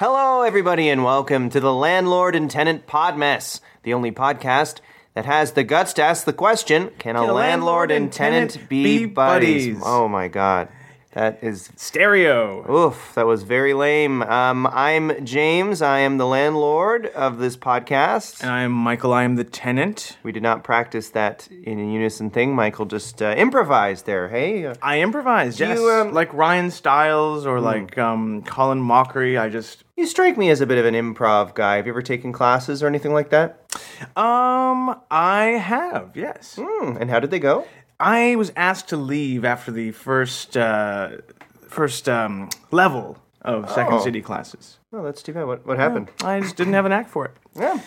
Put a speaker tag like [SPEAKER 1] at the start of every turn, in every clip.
[SPEAKER 1] Hello, everybody, and welcome to the Landlord and Tenant Pod Mess, the only podcast that has the guts to ask the question Can, a landlord, and tenant, be, buddies?
[SPEAKER 2] buddies?
[SPEAKER 1] Oh my god. That is,
[SPEAKER 2] Stereo.
[SPEAKER 1] oof, that was very lame. Um, I'm James. I am the landlord of this podcast.
[SPEAKER 2] And I'm Michael. I am the tenant.
[SPEAKER 1] we did not practice that in a unison thing. Michael just uh, improvised there. Hey, uh,
[SPEAKER 2] I improvised, yes.
[SPEAKER 1] you, um, Hmm.
[SPEAKER 2] like Ryan Stiles or like um, Colin Mockery. I just,
[SPEAKER 1] you strike me as a bit of an improv guy. Have you ever taken classes or anything like that?
[SPEAKER 2] um, I have, yes.
[SPEAKER 1] Hmm, and how did they go?
[SPEAKER 2] I was asked to leave after the first, uh, first um, level of Second City classes.
[SPEAKER 1] Oh, that's too bad. What, what happened?
[SPEAKER 2] I just didn't have an act for it.
[SPEAKER 1] Yeah.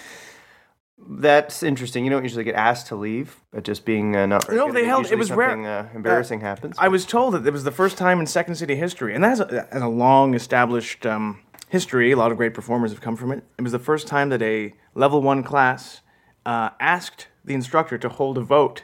[SPEAKER 1] That's interesting. You don't usually get asked to leave, but just being uh, not.
[SPEAKER 2] No, they held-
[SPEAKER 1] usually
[SPEAKER 2] it was rare-
[SPEAKER 1] something, Uh, embarrassing happens.
[SPEAKER 2] I was told that it was the first time in Second City history, and that has a, that has a long established um, history. A lot of great performers have come from it. It was the first time that a level one class uh, asked the instructor to hold a vote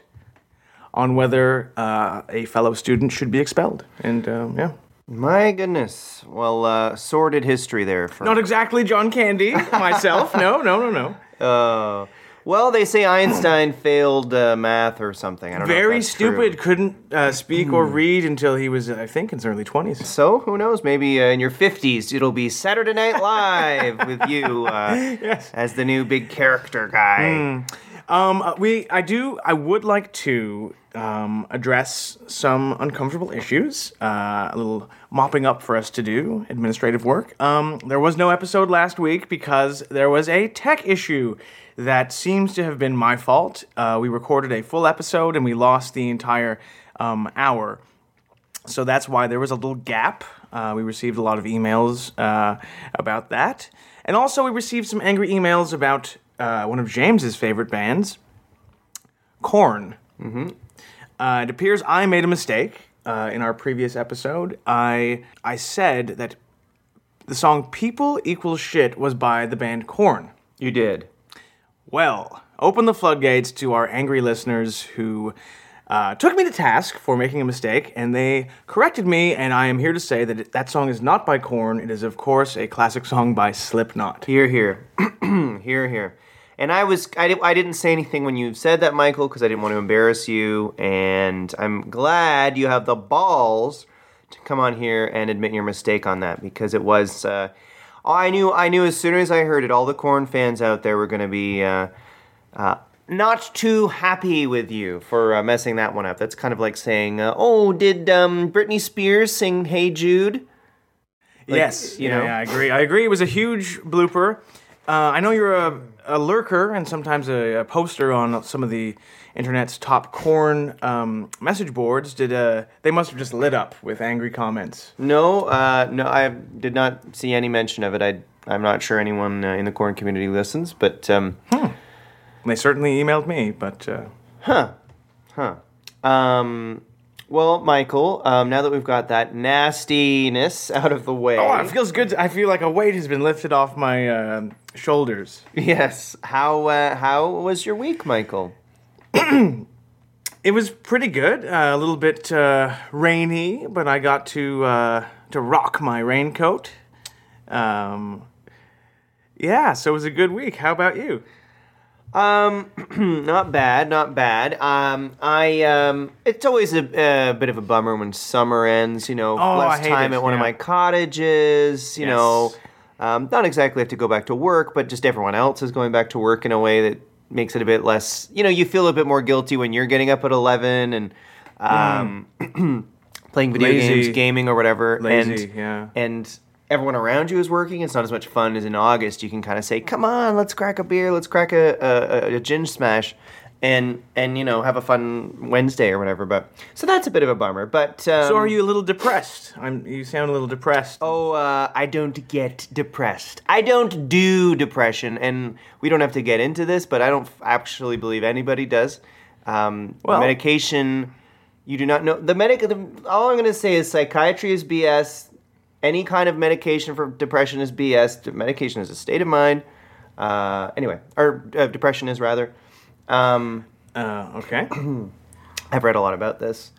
[SPEAKER 2] on whether uh, a fellow student should be expelled. And um, yeah,
[SPEAKER 1] My goodness. Well, uh, sordid history there. For,
[SPEAKER 2] not exactly John Candy myself. no, no, no, no.
[SPEAKER 1] Uh, well, they say Einstein failed uh, math or something. I don't know. if
[SPEAKER 2] Very
[SPEAKER 1] that's true.
[SPEAKER 2] stupid. Couldn't uh, speak or read until he was, I think, in his early twenties.
[SPEAKER 1] So who knows? Maybe uh, in your fifties, it'll be Saturday Night Live with you uh,
[SPEAKER 2] Yes.
[SPEAKER 1] as the new big character guy.
[SPEAKER 2] Um, uh, we, I do, I would like to um, address some uncomfortable issues. Uh, a little mopping up for us to do, administrative work. Um, there was no episode last week because there was a tech issue that seems to have been my fault. Uh, we recorded a full episode and we lost the entire um, hour so that's why there was a little gap. Uh, we received a lot of emails uh, about that, and also we received some angry emails about uh, one of James's favorite bands, Corn. Mm-hmm. Uh, it appears I made a mistake uh, in our previous episode. I I said that the song "People Equals Shit" was by the band Corn.
[SPEAKER 1] You did.
[SPEAKER 2] Well, open the floodgates to our angry listeners who uh, took me to task for making a mistake, and they corrected me. And I am here to say that it, that song is not by Korn. It is, of course, a classic song by Slipknot.
[SPEAKER 1] Here, here, here, here. And I was, I, di- I didn't say anything when you said that, Michael, because I didn't want to embarrass you. And I'm glad you have the balls to come on here and admit your mistake on that, because it was. Uh, I knew, I knew as soon as I heard it, all the corn fans out there were going to be uh, uh, not too happy with you for uh, messing that one up. That's kind of like saying, uh, "Oh, did um, Britney Spears sing Hey Jude?"
[SPEAKER 2] yes,
[SPEAKER 1] you
[SPEAKER 2] yeah,
[SPEAKER 1] know.
[SPEAKER 2] yeah, I agree. I agree. It was a huge blooper. Uh, I know you're a, a lurker and sometimes a, a poster on some of the internet's top Korn um, message boards. Did uh, they must have just lit up with angry comments?
[SPEAKER 1] No, uh, no, I did not see any mention of it. I, I'm not sure anyone uh, in the corn community listens, but um,
[SPEAKER 2] They certainly emailed me, but. Uh,
[SPEAKER 1] um, well, Michael, um, now that we've got that nastiness out of the way,
[SPEAKER 2] Oh, it feels good. to- I feel like a weight has been lifted off my uh, shoulders.
[SPEAKER 1] yes, how uh, how was your week, Michael?
[SPEAKER 2] It was pretty good. Uh, a little bit uh, rainy, but I got to uh, to rock my raincoat. Um, yeah, so it was a good week. How about you?
[SPEAKER 1] Not bad, not bad. Um, I um, it's always a, a bit of a bummer when summer ends. You know,
[SPEAKER 2] Oh,
[SPEAKER 1] less
[SPEAKER 2] I hate
[SPEAKER 1] time
[SPEAKER 2] it,
[SPEAKER 1] at one of
[SPEAKER 2] yeah.
[SPEAKER 1] my cottages. You
[SPEAKER 2] Yes.
[SPEAKER 1] know, um, not exactly have to go back to work, but just everyone else is going back to work in a way that makes it a bit less. You know, you feel a bit more guilty when you're getting up at eleven and um, playing video
[SPEAKER 2] Mm. Lazy.
[SPEAKER 1] games, gaming or whatever.
[SPEAKER 2] Lazy,
[SPEAKER 1] and,
[SPEAKER 2] yeah.
[SPEAKER 1] and everyone around you is working. It's not as much fun as in August. You can kind of say, "Come on, let's crack a beer, let's crack a a, a, a gin smash," and and you know have a fun Wednesday or whatever. But so that's a bit of a bummer. But um,
[SPEAKER 2] So are you a little depressed? I'm. You sound a little depressed.
[SPEAKER 1] Oh, uh, I don't get depressed. I don't do depression, and we don't have to get into this, but I don't f- actually believe anybody does. Um, the
[SPEAKER 2] Well-
[SPEAKER 1] medication, you do not know the medic. The, all I'm going to say is psychiatry is BS. Any kind of medication for depression is BS. De- Medication is a state of mind. Uh, anyway, or uh, depression is rather. Um,
[SPEAKER 2] Uh, okay.
[SPEAKER 1] I've read a lot about this.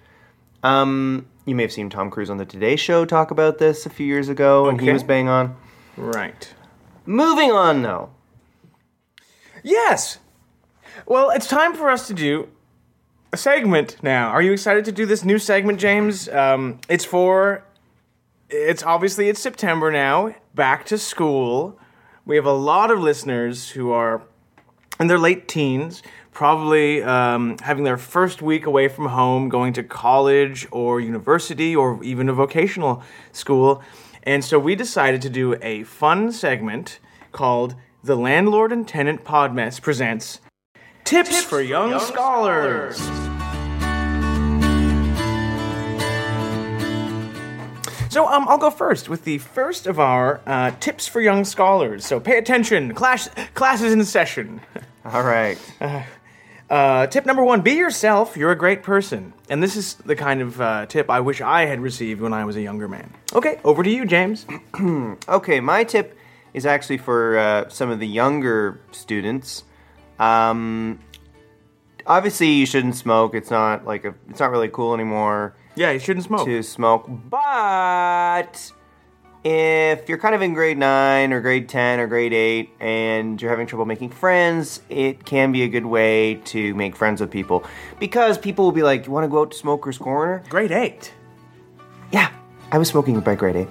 [SPEAKER 1] Um, you may have seen Tom Cruise on the Today Show talk about this a few years ago, and he
[SPEAKER 2] Okay.
[SPEAKER 1] was bang on.
[SPEAKER 2] right.
[SPEAKER 1] Moving on though.
[SPEAKER 2] Yes. Well, it's time for us to do a segment now. Are you excited to do this new segment, James? Um, it's for. It's obviously it's September now. Back to school. We have a lot of listeners who are in their late teens, probably um, having their first week away from home, going to college or university or even a vocational school. And so we decided to do a fun segment called The Landlord and Tenant Podmess Presents Tips, for Young, Scholars. So um, I'll go first with the first of our uh, tips for young scholars. So pay attention. Class, class is in session.
[SPEAKER 1] All right.
[SPEAKER 2] Uh, tip number one: Be yourself. You're a great person, and this is the kind of uh, tip I wish I had received when I was a younger man. Okay, over to you, James.
[SPEAKER 1] Okay, my tip is actually for uh, some of the younger students. Um, obviously, you shouldn't smoke. It's not like a, it's not really cool anymore
[SPEAKER 2] Yeah, you shouldn't smoke.
[SPEAKER 1] to smoke. But if you're kind of in grade nine or grade ten or grade eight and you're having trouble making friends, it can be a good way to make friends with people because people will be like, "You want to go out to Smoker's Corner?"
[SPEAKER 2] Grade eight.
[SPEAKER 1] Yeah, I was smoking by grade eight.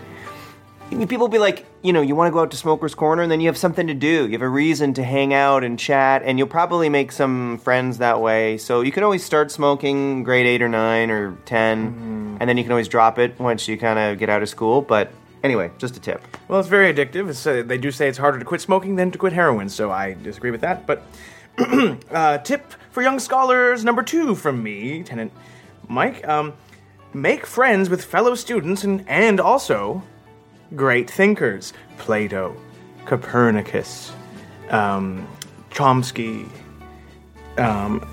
[SPEAKER 1] I mean, People be like, you know, you want to go out to Smoker's Corner and then you have something to do. You have a reason to hang out and chat, and you'll probably make some friends that way. So you can always start smoking grade eight or nine or 10, and then you can always drop it once you kind of get out of school. But anyway, just a tip.
[SPEAKER 2] Well, it's very addictive. It's, uh, they do say it's harder to quit smoking than to quit heroin, so I disagree with that. But uh, tip for young scholars number two from me, Tenant Mike: um, Make friends with fellow students and and also great thinkers. Plato, Copernicus, um, Chomsky, um,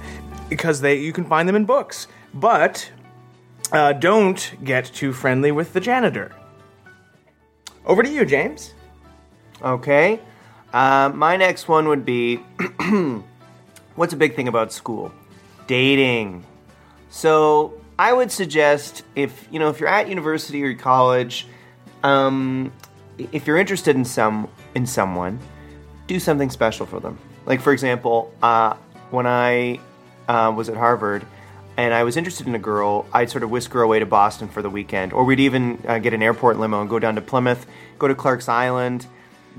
[SPEAKER 2] because they you can find them in books. But uh, don't get too friendly with the janitor. Over to you, James.
[SPEAKER 1] Okay. Uh, my next one would be what's a big thing about school? Dating. So I would suggest if you know if you're at university or college, um, i- if you're interested in some in someone, do something special for them. Like for example, uh, when I uh, was at Harvard and I was interested in a girl, I'd sort of whisk her away to Boston for the weekend, or we'd even uh, get an airport limo and go down to Plymouth, go to Clark's Island,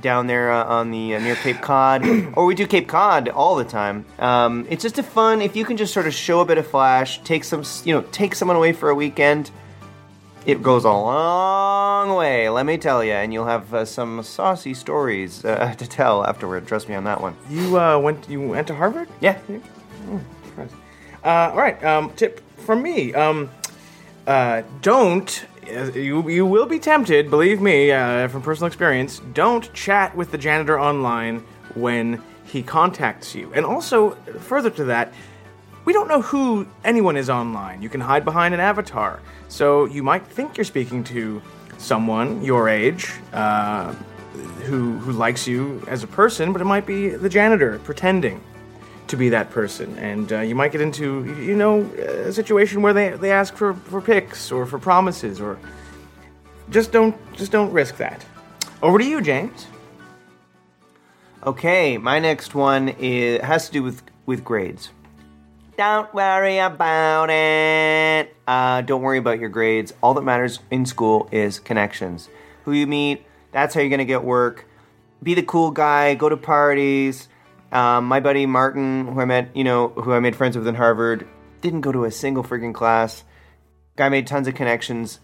[SPEAKER 1] down there uh, on the uh, near Cape Cod, or we do Cape Cod all the time. Um, it's just a fun if you can just sort of show a bit of flash, take some s- you know take someone away for a weekend. It goes a long way, let me tell you, and you'll have uh, some saucy stories uh, to tell afterward. Trust me on that one.
[SPEAKER 2] You uh, went. You went to Harvard.
[SPEAKER 1] Yeah.
[SPEAKER 2] Uh, all right. Um, tip from me. Um, uh, don't. uh, You you will be tempted. Believe me, uh, from personal experience. Don't chat with the janitor online when he contacts you. And also, further to that. We don't know who anyone is online. You can hide behind an avatar. So you might think you're speaking to someone your age, uh, who who likes you as a person, but it might be the janitor pretending to be that person, and uh, you might get into you- you know a situation where they they ask for for picks or for promises or just don't just don't risk that. Over to you, James.
[SPEAKER 1] Okay, my next one is, has to do with, with grades. Don't worry about it. Uh, don't worry about your grades. All that matters in school is connections. Who you meet, that's how you're going to get work. Be the cool guy, go to parties. Um, my buddy Martin, who I met, you know, who I made friends with in Harvard, didn't go to a single freaking class. Guy made tons of connections,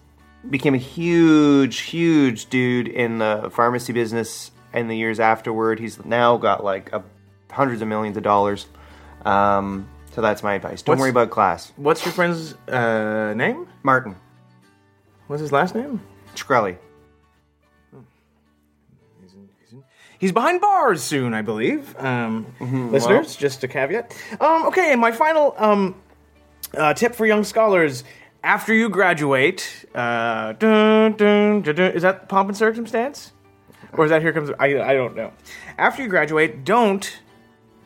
[SPEAKER 1] became a huge, huge dude in the pharmacy business in the years afterward. He's now got like a, hundreds of millions of dollars. Um, so that's my advice. Don't
[SPEAKER 2] What's-
[SPEAKER 1] worry about class.
[SPEAKER 2] What's your friend's uh, name?
[SPEAKER 1] Martin,
[SPEAKER 2] What's his last name?
[SPEAKER 1] Shkreli.
[SPEAKER 2] He's behind bars soon, I believe. Um, listeners, just a caveat. Um, okay, and my final um, uh, tip for young scholars: after you graduate, uh, dun, dun, dun, dun, is that pomp and circumstance, or is that here comes? I, I don't know. After you graduate, don't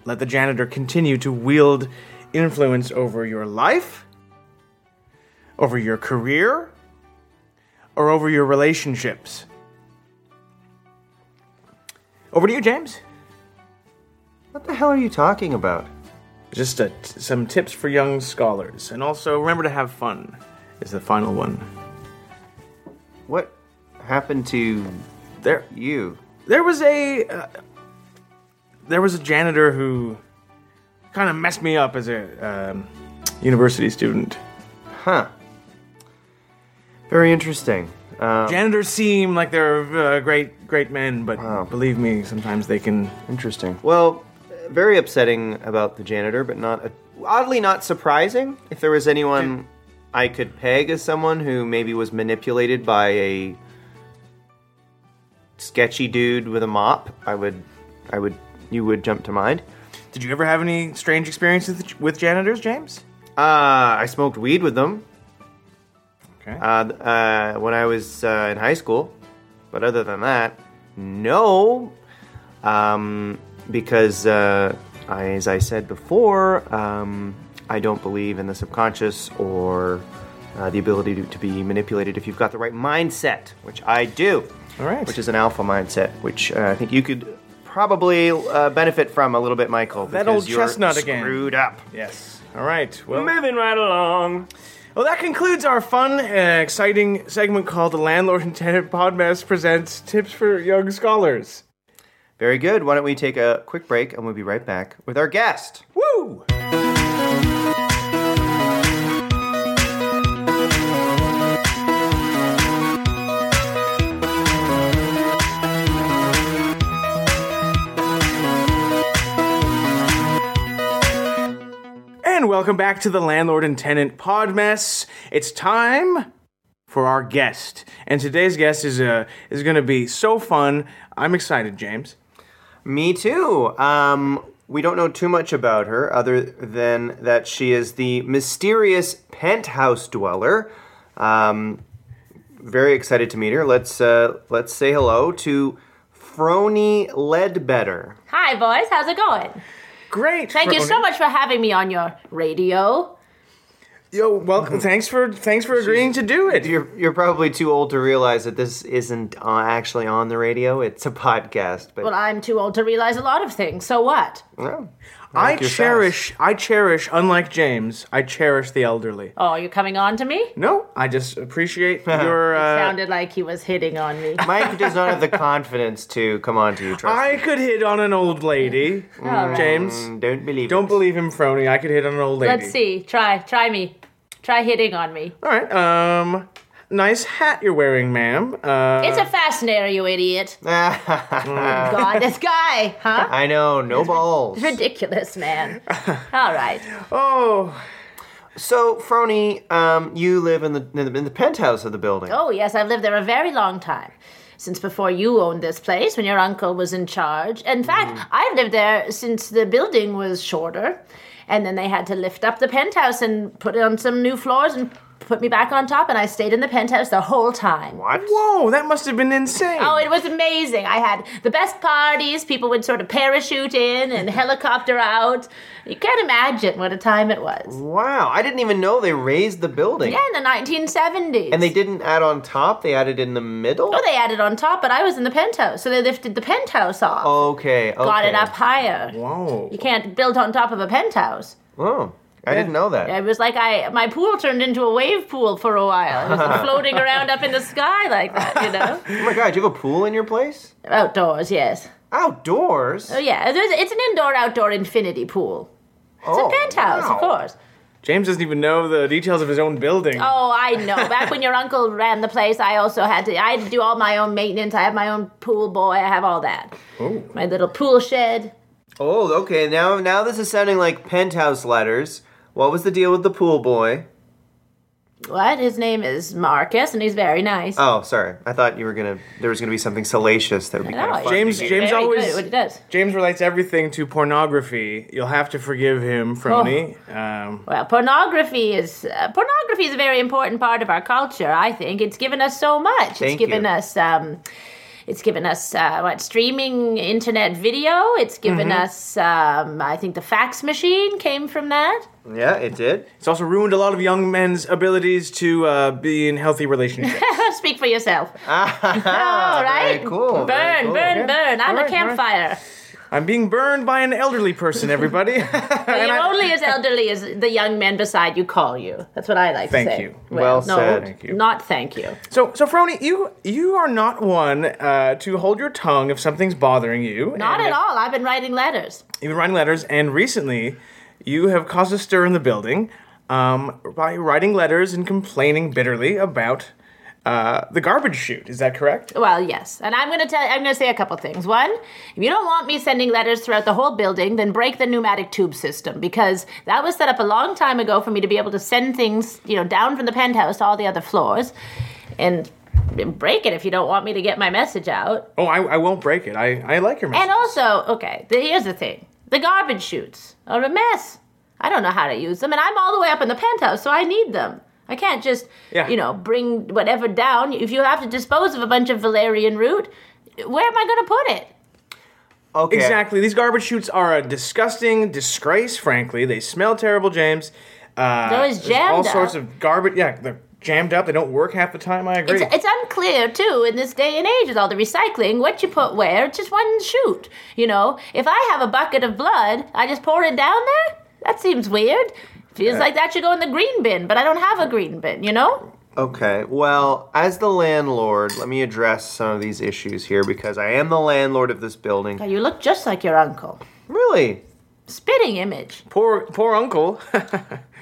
[SPEAKER 2] let the janitor continue to wield influence over your life, over your career, or over your relationships. Over to you, James.
[SPEAKER 1] What the hell are you talking about?
[SPEAKER 2] Just a t- some tips for young scholars, and also remember to have fun. Is the final one.
[SPEAKER 1] What happened to
[SPEAKER 2] There,
[SPEAKER 1] you?
[SPEAKER 2] there was a uh, there was a janitor who kind of messed me up as a um, university student.
[SPEAKER 1] Huh. Very interesting. Uh,
[SPEAKER 2] Janitors seem like they're uh, great great men, but
[SPEAKER 1] Oh.
[SPEAKER 2] believe me, sometimes they can.
[SPEAKER 1] interesting. Well, uh, very upsetting about the janitor, but not oddly not surprising. If there was anyone I could peg as someone who maybe was manipulated by a sketchy dude with a mop, I would, I would, you would jump to mind.
[SPEAKER 2] Did you ever have any strange experiences with- with janitors, James?
[SPEAKER 1] Uh, I smoked weed with them
[SPEAKER 2] Okay.
[SPEAKER 1] uh, th- uh, when I was uh, in high school. But other than that, no. Um, because, uh, I, as I said before, um, I don't believe in the subconscious or uh, the ability to, to be manipulated if you've got the right mindset, which I do.
[SPEAKER 2] All right.
[SPEAKER 1] Which is an alpha mindset, which uh, I think you could probably uh, benefit from a little bit, Michael.
[SPEAKER 2] That
[SPEAKER 1] because
[SPEAKER 2] old
[SPEAKER 1] you're
[SPEAKER 2] chestnut again.
[SPEAKER 1] Screwed up.
[SPEAKER 2] yes. All right. Well.
[SPEAKER 1] Moving right along.
[SPEAKER 2] Well, that concludes our fun, uh, exciting segment called The Landlord and Tenant Podmas Presents Tips for Young Scholars.
[SPEAKER 1] Very good. Why don't we take a quick break and we'll be right back with our guest.
[SPEAKER 2] Woo! And welcome back to the Landlord and Tenant Podmess. It's time for our guest. And today's guest is uh, is going to be so fun. I'm excited, James.
[SPEAKER 1] Me too. Um, we don't know too much about her other than that she is the mysterious penthouse dweller. Um, very excited to meet her. Let's uh, let's say hello to Frony Ledbetter.
[SPEAKER 3] Hi, boys. How's it going?
[SPEAKER 2] Great.
[SPEAKER 3] Thank you
[SPEAKER 2] Frony.
[SPEAKER 3] so much for having me on your radio.
[SPEAKER 2] Yo, welcome. Thanks for thanks for agreeing to do it.
[SPEAKER 1] Mm-hmm. You're you're probably too old to realize that this isn't uh, actually on the radio. It's a podcast. But
[SPEAKER 3] Well, I'm too old to realize a lot of things, so what?
[SPEAKER 1] well,
[SPEAKER 2] I
[SPEAKER 1] your
[SPEAKER 2] cherish. I cherish. Unlike James, I cherish the elderly.
[SPEAKER 3] Oh, you're coming on to me?
[SPEAKER 2] No, I just appreciate your. Uh,
[SPEAKER 3] Sounded like he was hitting on me.
[SPEAKER 1] Mike does not have the confidence to come on to you. Trust
[SPEAKER 2] I could hit on an old lady, James.
[SPEAKER 1] me. Mm, Don't believe.
[SPEAKER 2] Don't
[SPEAKER 1] it.
[SPEAKER 2] believe him, Frony. I could hit on an old lady.
[SPEAKER 3] Let's see. Try. Try me. Try hitting on me.
[SPEAKER 2] All right. Um, nice hat you're wearing, ma'am. Uh,
[SPEAKER 3] It's a fastener, you idiot.
[SPEAKER 1] I
[SPEAKER 3] God, this guy, huh?
[SPEAKER 1] know, no balls.
[SPEAKER 3] Ridiculous, man. All right.
[SPEAKER 2] oh,
[SPEAKER 1] So, Frony, um, you live in the, in the in the penthouse of the building.
[SPEAKER 3] Oh, yes, I've lived there a very long time. Since before you owned this place, when your uncle was in charge. In fact,
[SPEAKER 1] Mm.
[SPEAKER 3] I've lived there since the building was shorter. And then they had to lift up the penthouse and put on some new floors and put me back on top. And I stayed in the penthouse the whole time.
[SPEAKER 1] What?
[SPEAKER 2] whoa! That must have been insane.
[SPEAKER 3] Oh, it was amazing. I had the best parties. People would sort of parachute in and helicopter out. You can't imagine what a time it was.
[SPEAKER 1] Wow! I didn't even know they raised the building.
[SPEAKER 3] Yeah, in the 1970s.
[SPEAKER 1] And they didn't add on top; they added in the middle.
[SPEAKER 3] Oh, they added on top, but I was in the penthouse. So they lifted the penthouse off.
[SPEAKER 1] okay, okay.
[SPEAKER 3] got it up higher.
[SPEAKER 2] Whoa.
[SPEAKER 3] You can't build on top of a penthouse.
[SPEAKER 1] Oh, I didn't know that.
[SPEAKER 3] It was like I my pool turned into a wave pool for a while. It was floating around up in the sky like that, you know.
[SPEAKER 1] Oh my god! Do you have a pool in your place?
[SPEAKER 3] Outdoors, yes.
[SPEAKER 1] Outdoors?
[SPEAKER 3] Oh yeah, there's, it's an indoor-outdoor infinity pool. It's
[SPEAKER 1] Oh,
[SPEAKER 3] a penthouse,
[SPEAKER 1] wow.
[SPEAKER 3] of course.
[SPEAKER 2] James doesn't even know the details of his own building.
[SPEAKER 3] Oh, I know. Back when your uncle ran the place, I also had to. I had to do all my own maintenance. I have my own pool boy. I have all that. My little pool shed.
[SPEAKER 1] Oh, okay. Now, now this is sounding like penthouse letters. What was the deal with the pool boy?
[SPEAKER 3] What? His name is Marcus, and he's very nice.
[SPEAKER 1] Oh, sorry. I thought you were gonna. There was gonna be something salacious that would be kind of
[SPEAKER 3] No,
[SPEAKER 1] fun.
[SPEAKER 2] James-
[SPEAKER 3] Oh, he's
[SPEAKER 2] James
[SPEAKER 3] very
[SPEAKER 2] always-
[SPEAKER 3] good at what he does.
[SPEAKER 2] James relates everything to pornography. You'll have to forgive
[SPEAKER 3] Oh.
[SPEAKER 2] him, Frony. Um,
[SPEAKER 3] Well, pornography is uh, pornography is a very important part of our culture. I think it's given us so much.
[SPEAKER 1] Thank
[SPEAKER 3] it's given
[SPEAKER 1] you.
[SPEAKER 3] us. Um, it's given us uh, what streaming internet video. It's given
[SPEAKER 1] Mm-hmm.
[SPEAKER 3] us. Um, I think the fax machine came from that.
[SPEAKER 1] Yeah, it did.
[SPEAKER 2] It's also ruined a lot of young men's abilities to uh, be in healthy relationships.
[SPEAKER 3] speak for yourself. All right.
[SPEAKER 1] Ah, Very cool.
[SPEAKER 3] Burn,
[SPEAKER 1] very cool.
[SPEAKER 3] burn,
[SPEAKER 2] Okay.
[SPEAKER 3] burn. I'm
[SPEAKER 2] All right, all
[SPEAKER 3] a
[SPEAKER 2] right.
[SPEAKER 3] campfire.
[SPEAKER 2] I'm being burned by an elderly person, everybody.
[SPEAKER 3] But
[SPEAKER 2] And
[SPEAKER 3] you're
[SPEAKER 2] I-
[SPEAKER 3] only as elderly as the young men beside you call you. That's what I like
[SPEAKER 2] Thank
[SPEAKER 3] to say.
[SPEAKER 2] you.
[SPEAKER 1] Well said.
[SPEAKER 2] Thank you.
[SPEAKER 3] Not thank you.
[SPEAKER 2] So, so Frony, you you are not one uh, to hold your tongue if something's bothering you.
[SPEAKER 3] Not
[SPEAKER 2] and
[SPEAKER 3] at all. I've been writing letters.
[SPEAKER 2] You've been writing letters, and recently, you have caused a stir in the building um, by writing letters and complaining bitterly about uh, the garbage chute. Is that correct?
[SPEAKER 3] Well, yes. And I'm going to tell I'm going to say a couple things. One, if you don't want me sending letters throughout the whole building, then break the pneumatic tube system because that was set up a long time ago for me to be able to send things, you know, down from the penthouse to all the other floors and break it if you don't want me to get my message out.
[SPEAKER 2] Oh, I, I won't break it. I, I like your message.
[SPEAKER 3] And also, okay, the, here's the thing the garbage chutes are a mess. I don't know how to use them, and I'm all the way up in the penthouse, so I need them. I can't just,
[SPEAKER 2] Yeah.
[SPEAKER 3] you know, bring whatever down. If you have to dispose of a bunch of valerian root, where am I going to put it?
[SPEAKER 1] Okay.
[SPEAKER 2] Exactly. These garbage chutes are a disgusting disgrace, frankly. They smell terrible, James. Uh,
[SPEAKER 3] They're always
[SPEAKER 2] there's
[SPEAKER 3] jammed
[SPEAKER 2] all
[SPEAKER 3] up.
[SPEAKER 2] sorts of garbage. Yeah, they're jammed up. They don't work half the time. I agree.
[SPEAKER 3] It's, it's unclear too in this day and age with all the recycling what you put where. It's just one shoot, you know. If I have a bucket of blood, I just pour it down there. That seems weird. Feels like that should go in the green bin, but I don't have a green bin, you know.
[SPEAKER 1] Okay. Well, as the landlord, let me address some of these issues here because I am the landlord of this building.
[SPEAKER 3] You look just like your uncle.
[SPEAKER 1] Really?
[SPEAKER 3] Spitting image.
[SPEAKER 2] poor, poor uncle.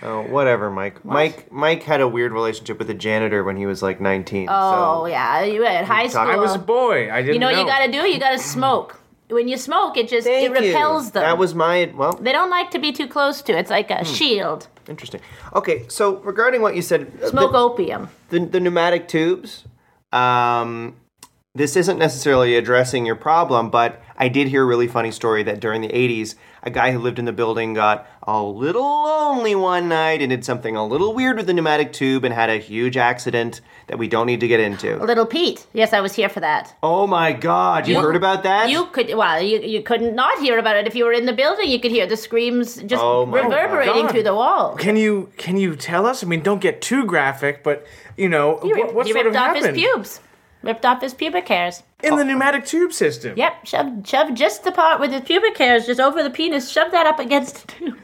[SPEAKER 1] Oh, whatever, Mike. Mike Mike had a weird relationship with the janitor when he was like 19.
[SPEAKER 3] Oh
[SPEAKER 1] so.
[SPEAKER 3] yeah, you were at high school.
[SPEAKER 1] talking-
[SPEAKER 2] I was a boy. I didn't
[SPEAKER 3] Oh. you know what
[SPEAKER 2] know
[SPEAKER 3] you gotta do? You gotta smoke. When you smoke, it just
[SPEAKER 1] Thank
[SPEAKER 3] it repels
[SPEAKER 1] you.
[SPEAKER 3] them.
[SPEAKER 1] That was Hmm. my well,
[SPEAKER 3] they don't like to be too close to. it. It's like a shield.
[SPEAKER 1] interesting. Okay, so regarding what you said, uh,
[SPEAKER 3] Smoke
[SPEAKER 1] the,
[SPEAKER 3] opium.
[SPEAKER 1] the, the pneumatic tubes. Um, this isn't necessarily addressing your problem, but I did hear a really funny story that during the 80s, a guy who lived in the building got a little lonely one night and did something a little weird with the pneumatic tube and had a huge accident that we don't need to get into.
[SPEAKER 3] Little Pete. Yes, I was here for that.
[SPEAKER 1] Oh my God, you, heard about that?
[SPEAKER 3] You could well, you, you couldn't not hear about it if you were in the building. You could hear the screams just
[SPEAKER 1] Oh my
[SPEAKER 3] reverberating
[SPEAKER 2] God.
[SPEAKER 3] through the wall.
[SPEAKER 2] Can you can you tell us? I mean, don't get too graphic, but you know
[SPEAKER 3] He,
[SPEAKER 2] what,
[SPEAKER 3] ripped,
[SPEAKER 2] what
[SPEAKER 3] he
[SPEAKER 2] sort
[SPEAKER 3] ripped
[SPEAKER 2] of
[SPEAKER 3] off
[SPEAKER 2] happened
[SPEAKER 3] his pubes. Oh. Ripped off his pubic hairs.
[SPEAKER 2] in the pneumatic tube system?
[SPEAKER 3] Yep, shoved shoved just the part with his pubic hairs just over the penis, shoved that up against the tube.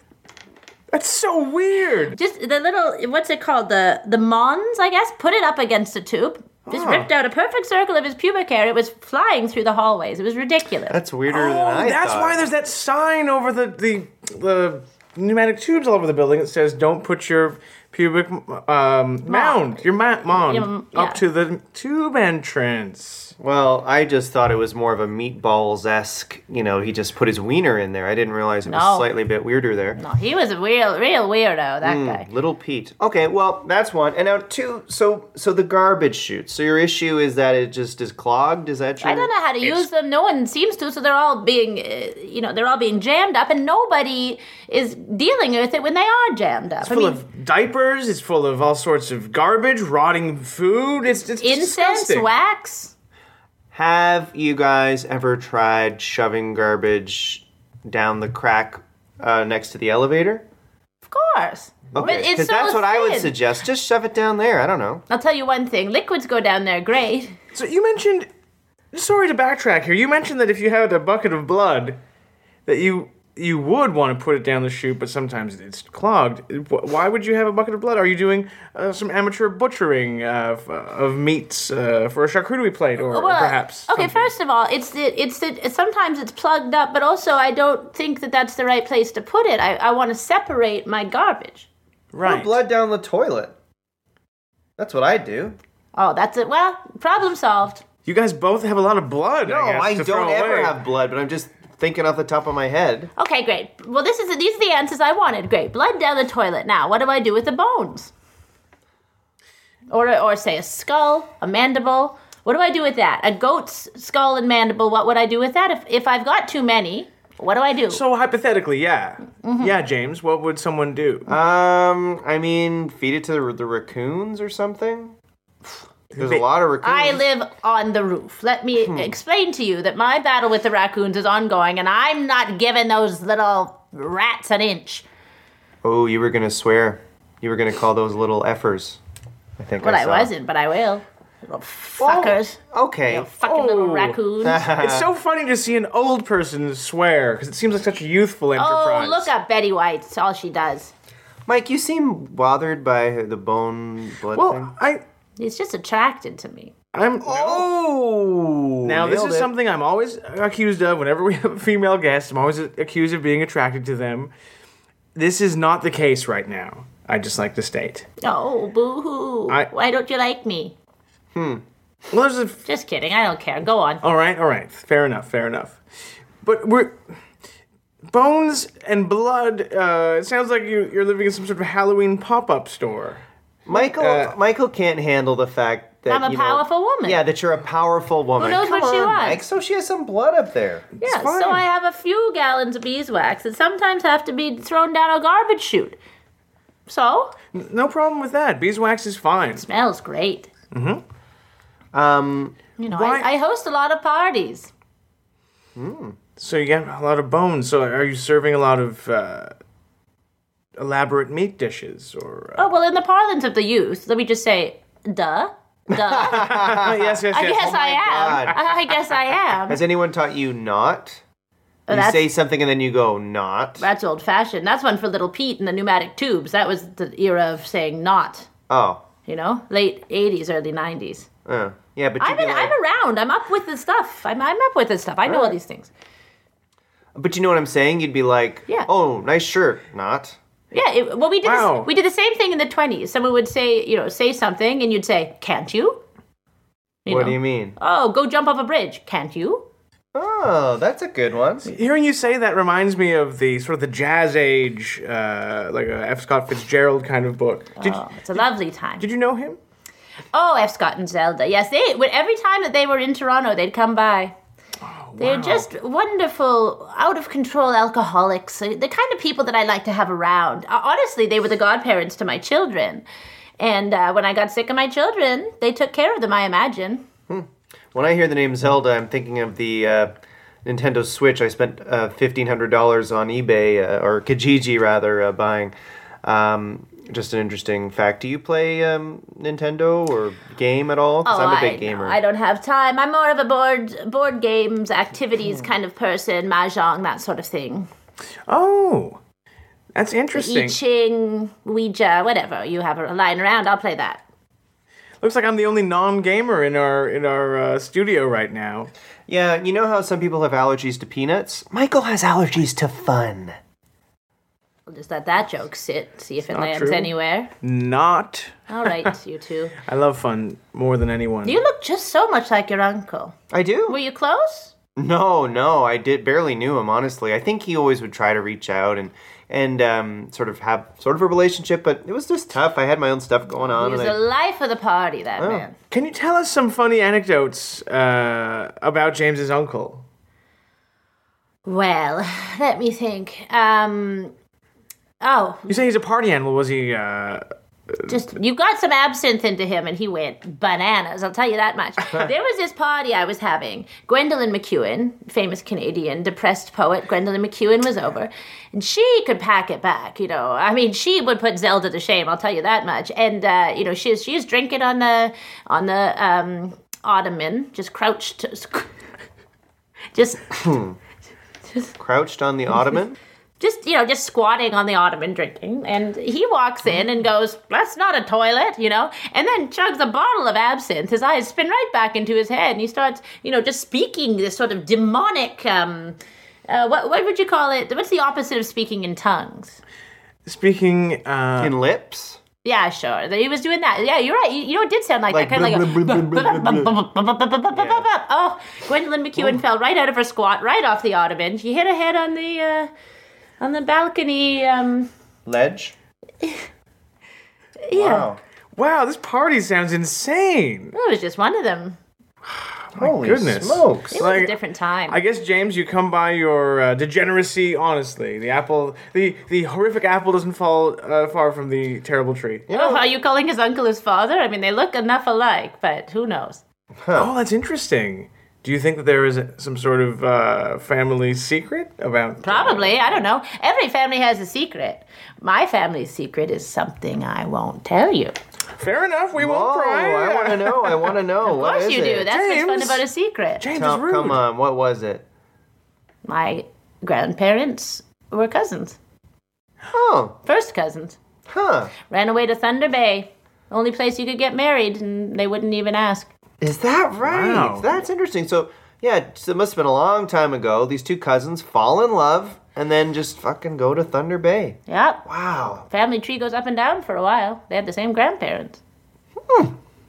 [SPEAKER 2] That's so weird.
[SPEAKER 3] just the little what's it called the the mons i guess put it up against a tube just
[SPEAKER 2] Ah.
[SPEAKER 3] ripped out a perfect circle of his pubic hair it was flying through the hallways it was ridiculous
[SPEAKER 1] That's weirder
[SPEAKER 2] Oh,
[SPEAKER 1] than I
[SPEAKER 2] that's
[SPEAKER 1] thought.
[SPEAKER 2] why there's that sign over the the the pneumatic tubes all over the building that says "Don't put your pubic um, mound, your ma- mound,
[SPEAKER 3] Yeah, mm, yeah.
[SPEAKER 2] up to the tube entrance."
[SPEAKER 1] Well, I just thought it was more of a meatballs esque. You know, he just put his wiener in there. I didn't realize it was
[SPEAKER 3] No.
[SPEAKER 1] slightly a bit weirder there.
[SPEAKER 3] no, he was a real real weirdo that
[SPEAKER 1] Hmm.
[SPEAKER 3] guy
[SPEAKER 1] Little Pete. Okay, well that's one. And now two. So so the garbage chute. So your issue is that it just is clogged. Is that true?
[SPEAKER 3] I don't know how to use them. No one seems to, so they're all being, uh, you know, they're all being jammed up, and nobody is dealing with it when they are jammed up. I
[SPEAKER 2] It's full
[SPEAKER 3] mean,
[SPEAKER 2] of diapers. It's full of all sorts of garbage, rotting food. It's, it's
[SPEAKER 3] incense,
[SPEAKER 2] disgusting.
[SPEAKER 3] wax.
[SPEAKER 1] Have you guys ever tried shoving garbage down the crack uh, next to the elevator?
[SPEAKER 3] Of course. But it's so
[SPEAKER 1] that's what I would
[SPEAKER 3] thin.
[SPEAKER 1] suggest. Just shove it down there. I don't know.
[SPEAKER 3] I'll tell you one thing: liquids go down there great.
[SPEAKER 2] So you mentioned. Sorry to backtrack here. You mentioned that if you had a bucket of blood, that you you would want to put it down the chute, but sometimes it's clogged. Wh- Why would you have a bucket of blood? Are you doing uh, some amateur butchering of, of meats uh, for a charcuterie plate, or, or
[SPEAKER 3] Well,
[SPEAKER 2] perhaps?
[SPEAKER 3] Okay,
[SPEAKER 2] something?
[SPEAKER 3] first of all, it's the it's the sometimes it's plugged up, but also I don't think that that's the right place to put it. I, I want to separate my garbage.
[SPEAKER 2] right.
[SPEAKER 1] Blood down the toilet. That's what I do.
[SPEAKER 3] Oh, that's it. Well, problem solved.
[SPEAKER 2] You guys both have a lot of blood.
[SPEAKER 1] No,
[SPEAKER 2] I, guess,
[SPEAKER 1] I
[SPEAKER 2] to throw
[SPEAKER 1] don't ever
[SPEAKER 2] away.
[SPEAKER 1] have blood, but I'm just thinking off the top of my head.
[SPEAKER 3] Okay, great. Well, this is these are the answers I wanted. Great. Blood down the toilet. Now, what do I do with the bones? Or or say a skull, a mandible. What do I do with that? A goat's skull and mandible. What would I do with that if if I've got too many? What do I do?
[SPEAKER 2] So hypothetically, yeah,
[SPEAKER 3] Mm-hmm.
[SPEAKER 2] yeah, James, what would someone do?
[SPEAKER 1] Um, I mean, feed it to the, the raccoons or something. There's a lot of raccoons.
[SPEAKER 3] I live on the roof. Let me
[SPEAKER 2] Hmm.
[SPEAKER 3] explain to you that my battle with the raccoons is ongoing, and I'm not giving those little rats an inch.
[SPEAKER 1] oh, you were gonna swear. You were gonna call those little effers. I think.
[SPEAKER 3] But I
[SPEAKER 1] saw. Oh,
[SPEAKER 3] wasn't, but I will. Fuckers.
[SPEAKER 1] Okay.
[SPEAKER 3] You fucking little
[SPEAKER 2] Oh.
[SPEAKER 3] raccoons.
[SPEAKER 2] It's so funny to see an old person swear because it seems like such a youthful enterprise.
[SPEAKER 3] oh, look up Betty White. It's all she does.
[SPEAKER 1] Mike, you seem bothered by the bone blood
[SPEAKER 2] Well,
[SPEAKER 1] thing.
[SPEAKER 2] I,
[SPEAKER 3] He's just attracted to me.
[SPEAKER 2] I'm.
[SPEAKER 1] Oh,
[SPEAKER 2] Now, this
[SPEAKER 1] nailed
[SPEAKER 2] is
[SPEAKER 1] it.
[SPEAKER 2] something I'm always accused of whenever we have a female guest. I'm always accused of being attracted to them. This is not the case right now. I just like to state.
[SPEAKER 3] Oh, boo hoo.
[SPEAKER 2] I-
[SPEAKER 3] Why don't you like me?
[SPEAKER 2] Well, there's a
[SPEAKER 3] Just kidding. I don't care. Go on.
[SPEAKER 2] All right, all right. Fair enough, fair enough. But we're bones and blood. Uh, it sounds like you, you're living in some sort of Halloween pop-up store.
[SPEAKER 1] Michael.
[SPEAKER 2] uh,
[SPEAKER 1] Michael can't handle the fact that
[SPEAKER 3] I'm a
[SPEAKER 1] you know-
[SPEAKER 3] powerful woman.
[SPEAKER 1] Yeah, that you're a powerful woman.
[SPEAKER 3] knows
[SPEAKER 1] Come
[SPEAKER 3] what she
[SPEAKER 1] on,
[SPEAKER 3] wants?
[SPEAKER 1] Mike. So she has some blood up there.
[SPEAKER 3] Yeah,
[SPEAKER 2] fine.
[SPEAKER 3] so I have a few gallons of beeswax that sometimes have to be thrown down a garbage chute. So,
[SPEAKER 2] No problem with that. Beeswax is fine.
[SPEAKER 3] smells great.
[SPEAKER 1] Um,
[SPEAKER 3] You know,
[SPEAKER 2] Why-
[SPEAKER 3] I, I host a lot of parties.
[SPEAKER 2] So you get a lot of bones. So are you serving a lot of uh, elaborate meat dishes or? Uh,
[SPEAKER 3] Oh, well, in the parlance of the youth, let me just say, duh, duh.
[SPEAKER 2] Oh, yes, yes,
[SPEAKER 3] I
[SPEAKER 2] yes.
[SPEAKER 3] guess Uh, I am.
[SPEAKER 1] Oh God.
[SPEAKER 3] I, I guess I am.
[SPEAKER 1] has anyone taught you not?
[SPEAKER 3] Oh,
[SPEAKER 1] you
[SPEAKER 3] that's,
[SPEAKER 1] say something and then you go not.
[SPEAKER 3] that's old fashioned. That's one for little Pete and the pneumatic tubes. That was the era of saying not,
[SPEAKER 1] oh,
[SPEAKER 3] you know, late 80s, early 90s.
[SPEAKER 1] uh, yeah, but you
[SPEAKER 3] I'm,
[SPEAKER 1] be
[SPEAKER 3] in,
[SPEAKER 1] like,
[SPEAKER 3] I'm around. I'm up with the stuff. I'm, I'm up with the stuff. I know all these things.
[SPEAKER 1] but you know what I'm saying? You'd be like,
[SPEAKER 3] Yeah.
[SPEAKER 1] oh, nice shirt, not.
[SPEAKER 3] Yeah, it, well, we did
[SPEAKER 2] Wow.
[SPEAKER 3] this, we did the same thing in the twenties. Someone would say, you know, say something, and you'd say, "Can't you?"
[SPEAKER 1] what
[SPEAKER 3] know.
[SPEAKER 1] do you mean?
[SPEAKER 3] Oh, go jump off a bridge, can't you?
[SPEAKER 1] Oh, that's a good one.
[SPEAKER 2] Hearing you say that reminds me of the sort of the jazz age, uh, like a F. Scott Fitzgerald kind of book. Did,
[SPEAKER 3] Oh, it's a lovely time.
[SPEAKER 2] did you know him?
[SPEAKER 3] Oh, F. Scott and Zelda. Yes, they. When, every time that they were in Toronto, they'd come by. They're
[SPEAKER 2] wow.
[SPEAKER 3] just wonderful, out of control alcoholics. The kind of people that I like to have around. Uh, Honestly, they were the godparents to my children. And uh, when I got sick of my children, they took care of them, I imagine.
[SPEAKER 1] When I hear the name Zelda, I'm thinking of the uh, Nintendo Switch. I spent uh, fifteen hundred dollars on eBay uh, or Kijiji rather uh, buying. Um, just an interesting fact. Do you play um, Nintendo or game at all? 'Cause I'm a big
[SPEAKER 3] Oh, I,
[SPEAKER 1] gamer.
[SPEAKER 3] I don't have time. I'm more of a board board games, activities
[SPEAKER 1] Hmm.
[SPEAKER 3] kind of person, mahjong, that sort of thing.
[SPEAKER 2] Oh, that's
[SPEAKER 3] I
[SPEAKER 2] interesting.
[SPEAKER 3] Ching, Ouija, whatever you have lying around, I'll play that.
[SPEAKER 2] Looks like I'm the only non-gamer in our in our uh, studio right now.
[SPEAKER 1] Yeah, you know how some people have allergies to peanuts. Michael has allergies to fun.
[SPEAKER 3] I'll just let that joke sit, see if it
[SPEAKER 2] not
[SPEAKER 3] lands
[SPEAKER 2] true.
[SPEAKER 3] anywhere.
[SPEAKER 2] Not.
[SPEAKER 3] All right, you two.
[SPEAKER 2] I love fun more than anyone.
[SPEAKER 3] You look just so much like your uncle.
[SPEAKER 1] I do.
[SPEAKER 3] Were you close?
[SPEAKER 1] No, no, I did barely knew him honestly. I think he always would try to reach out and and um, sort of have sort of a relationship, but it was just tough. I had my own stuff going
[SPEAKER 3] He
[SPEAKER 1] on.
[SPEAKER 3] was
[SPEAKER 1] and
[SPEAKER 3] the
[SPEAKER 1] I-
[SPEAKER 3] life of the party,
[SPEAKER 1] Oh.
[SPEAKER 3] that man.
[SPEAKER 2] Can you tell us some funny anecdotes uh, about James's uncle?
[SPEAKER 3] Well, let me think. Um, oh,
[SPEAKER 2] You say he's a party animal. Was he? Uh,
[SPEAKER 3] just you got some absinthe into him and he went bananas i'll tell you that much there was this party i was having gwendolyn mcewen famous canadian depressed poet gwendolyn mcewen was over and she could pack it back you know i mean she would put zelda to shame i'll tell you that much and uh, you know she's she's drinking on the on the um, ottoman just crouched just
[SPEAKER 1] crouched on the ottoman.
[SPEAKER 3] just you know just squatting on the ottoman drinking and he walks in and goes that's not a toilet you know and then chugs a bottle of absinthe his eyes spin right back into his head and he starts you know just speaking this sort of demonic um uh, what, what would you call it what's the opposite of speaking in tongues
[SPEAKER 2] speaking. Uh,
[SPEAKER 1] in lips.
[SPEAKER 3] yeah sure he was doing that yeah you're right you, you know it did sound like,
[SPEAKER 1] Like
[SPEAKER 3] that kind of like a,
[SPEAKER 1] blub, blub, blub, blub, blub,
[SPEAKER 3] oh gwendolyn mcewen fell right out of her squat right off the ottoman she hit her head on the uh, on the balcony um
[SPEAKER 1] Ledge.
[SPEAKER 3] yeah
[SPEAKER 1] Wow.
[SPEAKER 2] wow, this party sounds insane.
[SPEAKER 3] It was just one of them.
[SPEAKER 1] Holy
[SPEAKER 2] goodness.
[SPEAKER 1] smokes.
[SPEAKER 3] It was a
[SPEAKER 2] Like,
[SPEAKER 3] different time.
[SPEAKER 2] I guess James, you come by your uh, degeneracy honestly. The apple, the the horrific apple, doesn't fall uh, far from the terrible tree.
[SPEAKER 3] oh, are you calling his uncle his father? I mean, they look enough alike, but who knows?
[SPEAKER 2] Oh, that's interesting. Do you think that there is some sort of uh, family secret about?
[SPEAKER 3] Probably. I don't know. Every family has a secret. My family's secret is something I won't tell you.
[SPEAKER 2] Fair enough. We won't
[SPEAKER 1] Oh,
[SPEAKER 2] pry.
[SPEAKER 1] I want to know. I want to know.
[SPEAKER 3] Of course
[SPEAKER 1] what is
[SPEAKER 3] you do.
[SPEAKER 1] it?
[SPEAKER 3] That's what's fun
[SPEAKER 2] James.
[SPEAKER 3] about a secret.
[SPEAKER 2] James is
[SPEAKER 1] Come,
[SPEAKER 2] rude.
[SPEAKER 1] come on, what was it?
[SPEAKER 3] My grandparents were cousins,
[SPEAKER 1] Oh,
[SPEAKER 3] first cousins.
[SPEAKER 1] huh.
[SPEAKER 3] Ran away to Thunder Bay, only place you could get married, and they wouldn't even ask.
[SPEAKER 1] Is that right?
[SPEAKER 2] Wow.
[SPEAKER 1] That's interesting. So, yeah, so it must have been a long time ago. These two cousins fall in love and then just fucking go to Thunder Bay.
[SPEAKER 3] Yep.
[SPEAKER 1] Wow.
[SPEAKER 3] Family tree goes up and down for a while. They had the same grandparents.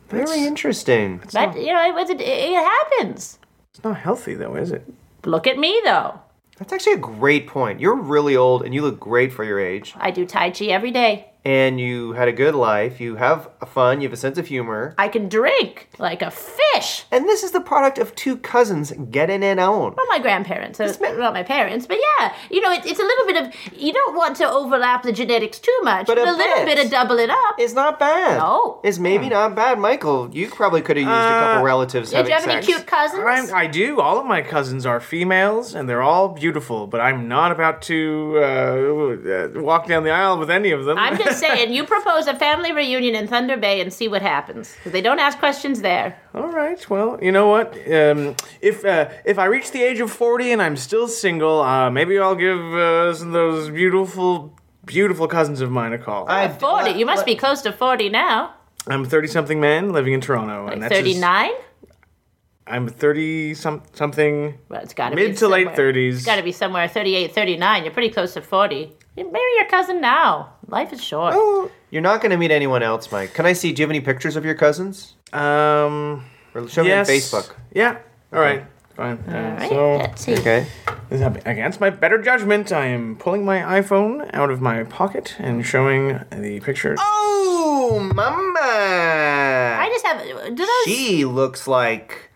[SPEAKER 1] Very interesting.
[SPEAKER 3] But, you know, it, was, it, it happens.
[SPEAKER 2] It's not healthy though, is it?
[SPEAKER 3] Look at me, though.
[SPEAKER 1] That's actually a great point. You're really old and you look great for your age.
[SPEAKER 3] I do Tai Chi every day.
[SPEAKER 1] And you had a good life. You have fun. You have a sense of humor.
[SPEAKER 3] I can drink like a fish.
[SPEAKER 1] And this is the product of two cousins getting it on.
[SPEAKER 3] Well, my grandparents, uh, not my parents, but yeah, you know, it, it's a little bit of you don't want to overlap the genetics too much,
[SPEAKER 1] But
[SPEAKER 3] but,
[SPEAKER 1] a
[SPEAKER 3] a little
[SPEAKER 1] bit.
[SPEAKER 3] bit of double it up.
[SPEAKER 1] It's not bad.
[SPEAKER 3] No.
[SPEAKER 1] It's maybe not bad. Michael, you probably could have used a couple
[SPEAKER 2] Uh,
[SPEAKER 1] relatives
[SPEAKER 3] Did
[SPEAKER 1] having
[SPEAKER 3] you have any
[SPEAKER 1] sex.
[SPEAKER 3] cute cousins?
[SPEAKER 2] I'm, I do. All of my cousins are females, and they're all beautiful. But I'm not about to uh, uh, walk down the aisle with any of them.
[SPEAKER 3] I'm just saying, you propose a family reunion in Thunder Bay and see what happens. 'Cause they don't ask questions there.
[SPEAKER 2] all right. Well, you know what? Um, if uh, if I reach the age of forty and I'm still single, uh, maybe I'll give uh, some of those beautiful, beautiful cousins of mine a call. I,
[SPEAKER 1] I-
[SPEAKER 3] 40. You must be close to 40 now.
[SPEAKER 2] am a thirty-something man living in Toronto, and
[SPEAKER 3] Like
[SPEAKER 2] that's just-
[SPEAKER 3] 39?
[SPEAKER 2] I'm thirty some something.
[SPEAKER 3] Well, it's got to be
[SPEAKER 2] Mid to late
[SPEAKER 3] somewhere-
[SPEAKER 2] 30s.
[SPEAKER 3] It's got to be somewhere 38, 39. You're pretty close to 40. You marry your cousin now. Life is short.
[SPEAKER 2] Oh,
[SPEAKER 1] You're not going to meet anyone else, Mike. Can I see? Do you have any pictures of your cousins?
[SPEAKER 2] Um.
[SPEAKER 1] Or show me
[SPEAKER 2] Yes.
[SPEAKER 1] on Facebook.
[SPEAKER 2] Yeah. All right. Fine. Uh,
[SPEAKER 3] All right,
[SPEAKER 2] so-
[SPEAKER 3] let's see.
[SPEAKER 1] Okay.
[SPEAKER 2] This is Against my better judgment, I am pulling my iPhone out of my pocket and showing the picture.
[SPEAKER 1] Oh,
[SPEAKER 3] I
[SPEAKER 1] mama!
[SPEAKER 3] just have. Do those?
[SPEAKER 1] She looks like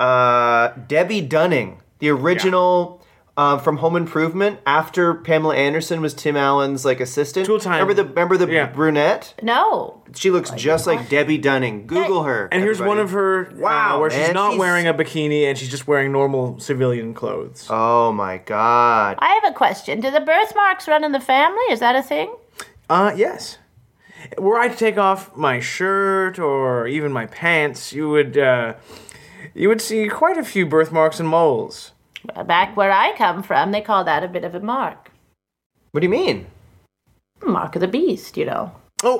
[SPEAKER 1] uh, Debbie Dunning, the original uh, from Home Improvement. After Pamela Anderson was Tim Allen's like assistant.
[SPEAKER 2] Tool time.
[SPEAKER 1] Remember the remember the
[SPEAKER 2] Yeah.
[SPEAKER 1] brunette?
[SPEAKER 3] no.
[SPEAKER 1] She looks just like Debbie Dunning. Google her.
[SPEAKER 2] And here's one
[SPEAKER 1] everybody.
[SPEAKER 2] of her uh,
[SPEAKER 1] Wow,
[SPEAKER 2] where
[SPEAKER 1] man,
[SPEAKER 2] she's not
[SPEAKER 1] she's-
[SPEAKER 2] wearing a bikini and she's just wearing normal civilian clothes.
[SPEAKER 1] Oh my god!
[SPEAKER 3] I have a question. Do the birthmarks run in the family? Is that a thing?
[SPEAKER 2] Uh, yes. Were I to take off my shirt or even my pants, you would uh, you would see quite a few birthmarks and moles.
[SPEAKER 3] Back where I come from, they call that a bit of a mark.
[SPEAKER 1] What do you mean?
[SPEAKER 3] Mark of the beast, you know.
[SPEAKER 2] Oh,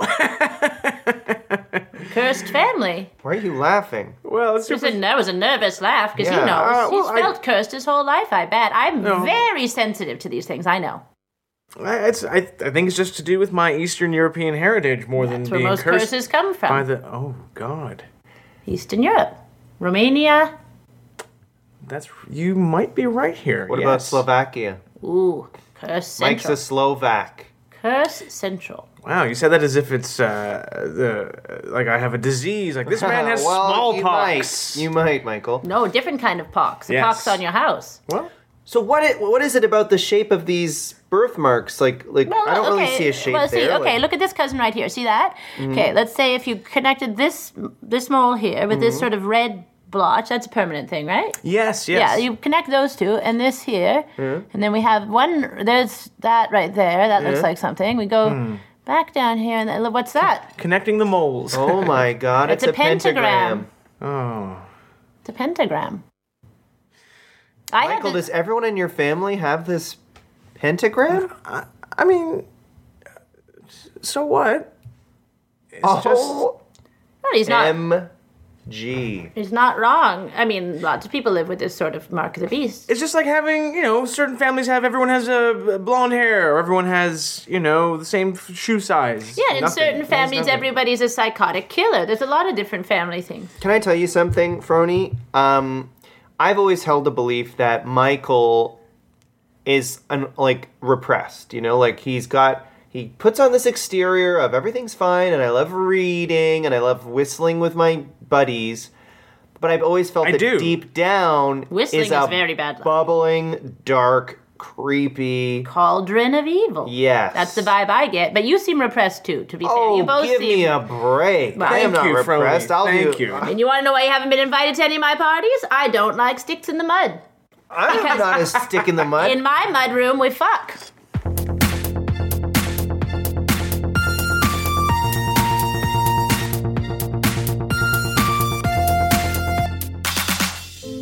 [SPEAKER 3] Cursed family.
[SPEAKER 1] Why are you laughing?
[SPEAKER 2] well, it's
[SPEAKER 3] It was
[SPEAKER 2] super
[SPEAKER 3] a, that was a nervous laugh because
[SPEAKER 1] Yeah.
[SPEAKER 3] he knows
[SPEAKER 2] Uh, well, I-
[SPEAKER 3] he's felt cursed his whole life. I bet. I'm
[SPEAKER 2] No.
[SPEAKER 3] very sensitive to these things. I know.
[SPEAKER 2] I- It's, I, I think it's just to do with my Eastern European heritage more
[SPEAKER 3] That's
[SPEAKER 2] than
[SPEAKER 3] where
[SPEAKER 2] being
[SPEAKER 3] most
[SPEAKER 2] cursed
[SPEAKER 3] curses come from.
[SPEAKER 2] by the. Oh God,
[SPEAKER 3] Eastern Europe, Romania.
[SPEAKER 2] that's you might be right here.
[SPEAKER 1] What about
[SPEAKER 2] yes.
[SPEAKER 1] Slovakia?
[SPEAKER 3] Ooh, curse
[SPEAKER 1] Mike's
[SPEAKER 3] central.
[SPEAKER 1] a Slovak.
[SPEAKER 3] Curse central.
[SPEAKER 2] Wow, you said that as if it's uh, the like I have a disease. Like this man has
[SPEAKER 1] Well, you
[SPEAKER 2] smallpox.
[SPEAKER 1] might. You might, Michael.
[SPEAKER 3] No, different kind of pox. A
[SPEAKER 2] Yes.
[SPEAKER 3] pox on your house.
[SPEAKER 2] Well,
[SPEAKER 1] So what? It, what is it about the shape of these birthmarks? Like, like
[SPEAKER 3] Well,
[SPEAKER 1] I don't
[SPEAKER 3] okay.
[SPEAKER 1] really see a shape
[SPEAKER 3] well, see,
[SPEAKER 1] there.
[SPEAKER 3] Okay,
[SPEAKER 1] like- Mm-hmm.
[SPEAKER 3] look at this cousin right here. See that? Okay, let's say if you connected this this mole here with
[SPEAKER 1] Mm-hmm.
[SPEAKER 3] this sort of red blotch, that's a permanent thing, right?
[SPEAKER 2] yes, yes.
[SPEAKER 3] Yeah, you connect those two and this here,
[SPEAKER 1] Mm-hmm.
[SPEAKER 3] and then we have one. There's that right there. That looks like something. We go
[SPEAKER 1] Hmm.
[SPEAKER 3] back down here, and then, look, what's that?
[SPEAKER 2] connecting the moles.
[SPEAKER 1] Oh my God! It's,
[SPEAKER 3] It's a pentagram.
[SPEAKER 2] Oh.
[SPEAKER 3] It's a pentagram. I
[SPEAKER 1] Michael,
[SPEAKER 3] had to,
[SPEAKER 1] does everyone in your family have this pentagram?
[SPEAKER 2] I mean, so what? It's
[SPEAKER 1] Oh,
[SPEAKER 3] well, he's not.
[SPEAKER 1] M G.
[SPEAKER 3] he's not wrong. I mean, lots of people live with this sort of mark of the beast.
[SPEAKER 2] it's just like having you know certain families have everyone has a blonde hair or everyone has you know the same f- shoe size
[SPEAKER 3] Yeah, in
[SPEAKER 2] Nothing.
[SPEAKER 3] certain
[SPEAKER 2] Means
[SPEAKER 3] families,
[SPEAKER 2] nothing.
[SPEAKER 3] everybody's a psychotic killer. There's a lot of different family things.
[SPEAKER 1] Can I tell you something, Frony? Um, I've always held the belief that Michael is un- like repressed. You know, like he's got he puts on this exterior of everything's fine, and I love reading, and I love whistling with my buddies. But I've always felt
[SPEAKER 2] I
[SPEAKER 1] that
[SPEAKER 2] do.
[SPEAKER 1] deep down
[SPEAKER 3] Whistling
[SPEAKER 1] a
[SPEAKER 3] is very bad luck.
[SPEAKER 1] bubbling, dark, creepy.
[SPEAKER 3] Cauldron of evil.
[SPEAKER 1] Yes,
[SPEAKER 3] That's the vibe I get. But you seem repressed too. To be fair,
[SPEAKER 1] Oh,
[SPEAKER 3] you both
[SPEAKER 1] give
[SPEAKER 3] seem.
[SPEAKER 1] me a break! I am
[SPEAKER 2] Thank
[SPEAKER 1] not
[SPEAKER 2] you, Frony.
[SPEAKER 1] repressed. I'll
[SPEAKER 2] Thank
[SPEAKER 1] do.
[SPEAKER 2] you.
[SPEAKER 3] And you want to know why you haven't been invited to any of my parties? I don't like sticks in the mud.
[SPEAKER 1] I'm
[SPEAKER 3] Because-
[SPEAKER 1] not a stick in the mud.
[SPEAKER 3] In my mud room, we fuck.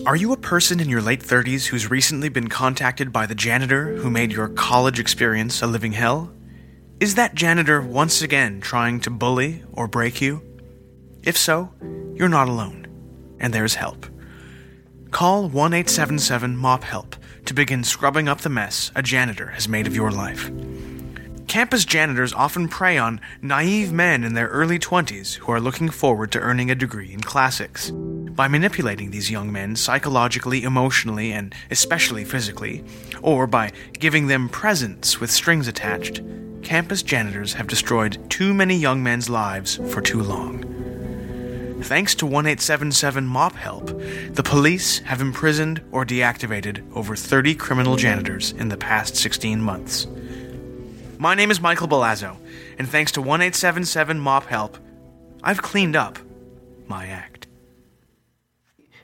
[SPEAKER 2] Are you a person in your late 30s who's recently been contacted by the janitor who made your college experience a living hell? Is that janitor once again trying to bully or break you? If so, you're not alone, and there's help. Call 1 877 MOP HELP to begin scrubbing up the mess a janitor has made of your life. Campus janitors often prey on naive men in their early 20s who are looking forward to earning a degree in classics. By manipulating these young men psychologically, emotionally, and especially physically, or by giving them presents with strings attached, campus janitors have destroyed too many young men's lives for too long. Thanks to 1877 Mop Help, the police have imprisoned or deactivated over 30 criminal janitors in the past 16 months. My name is Michael Balazzo, and thanks to 1877 Mop Help, I've cleaned up my act.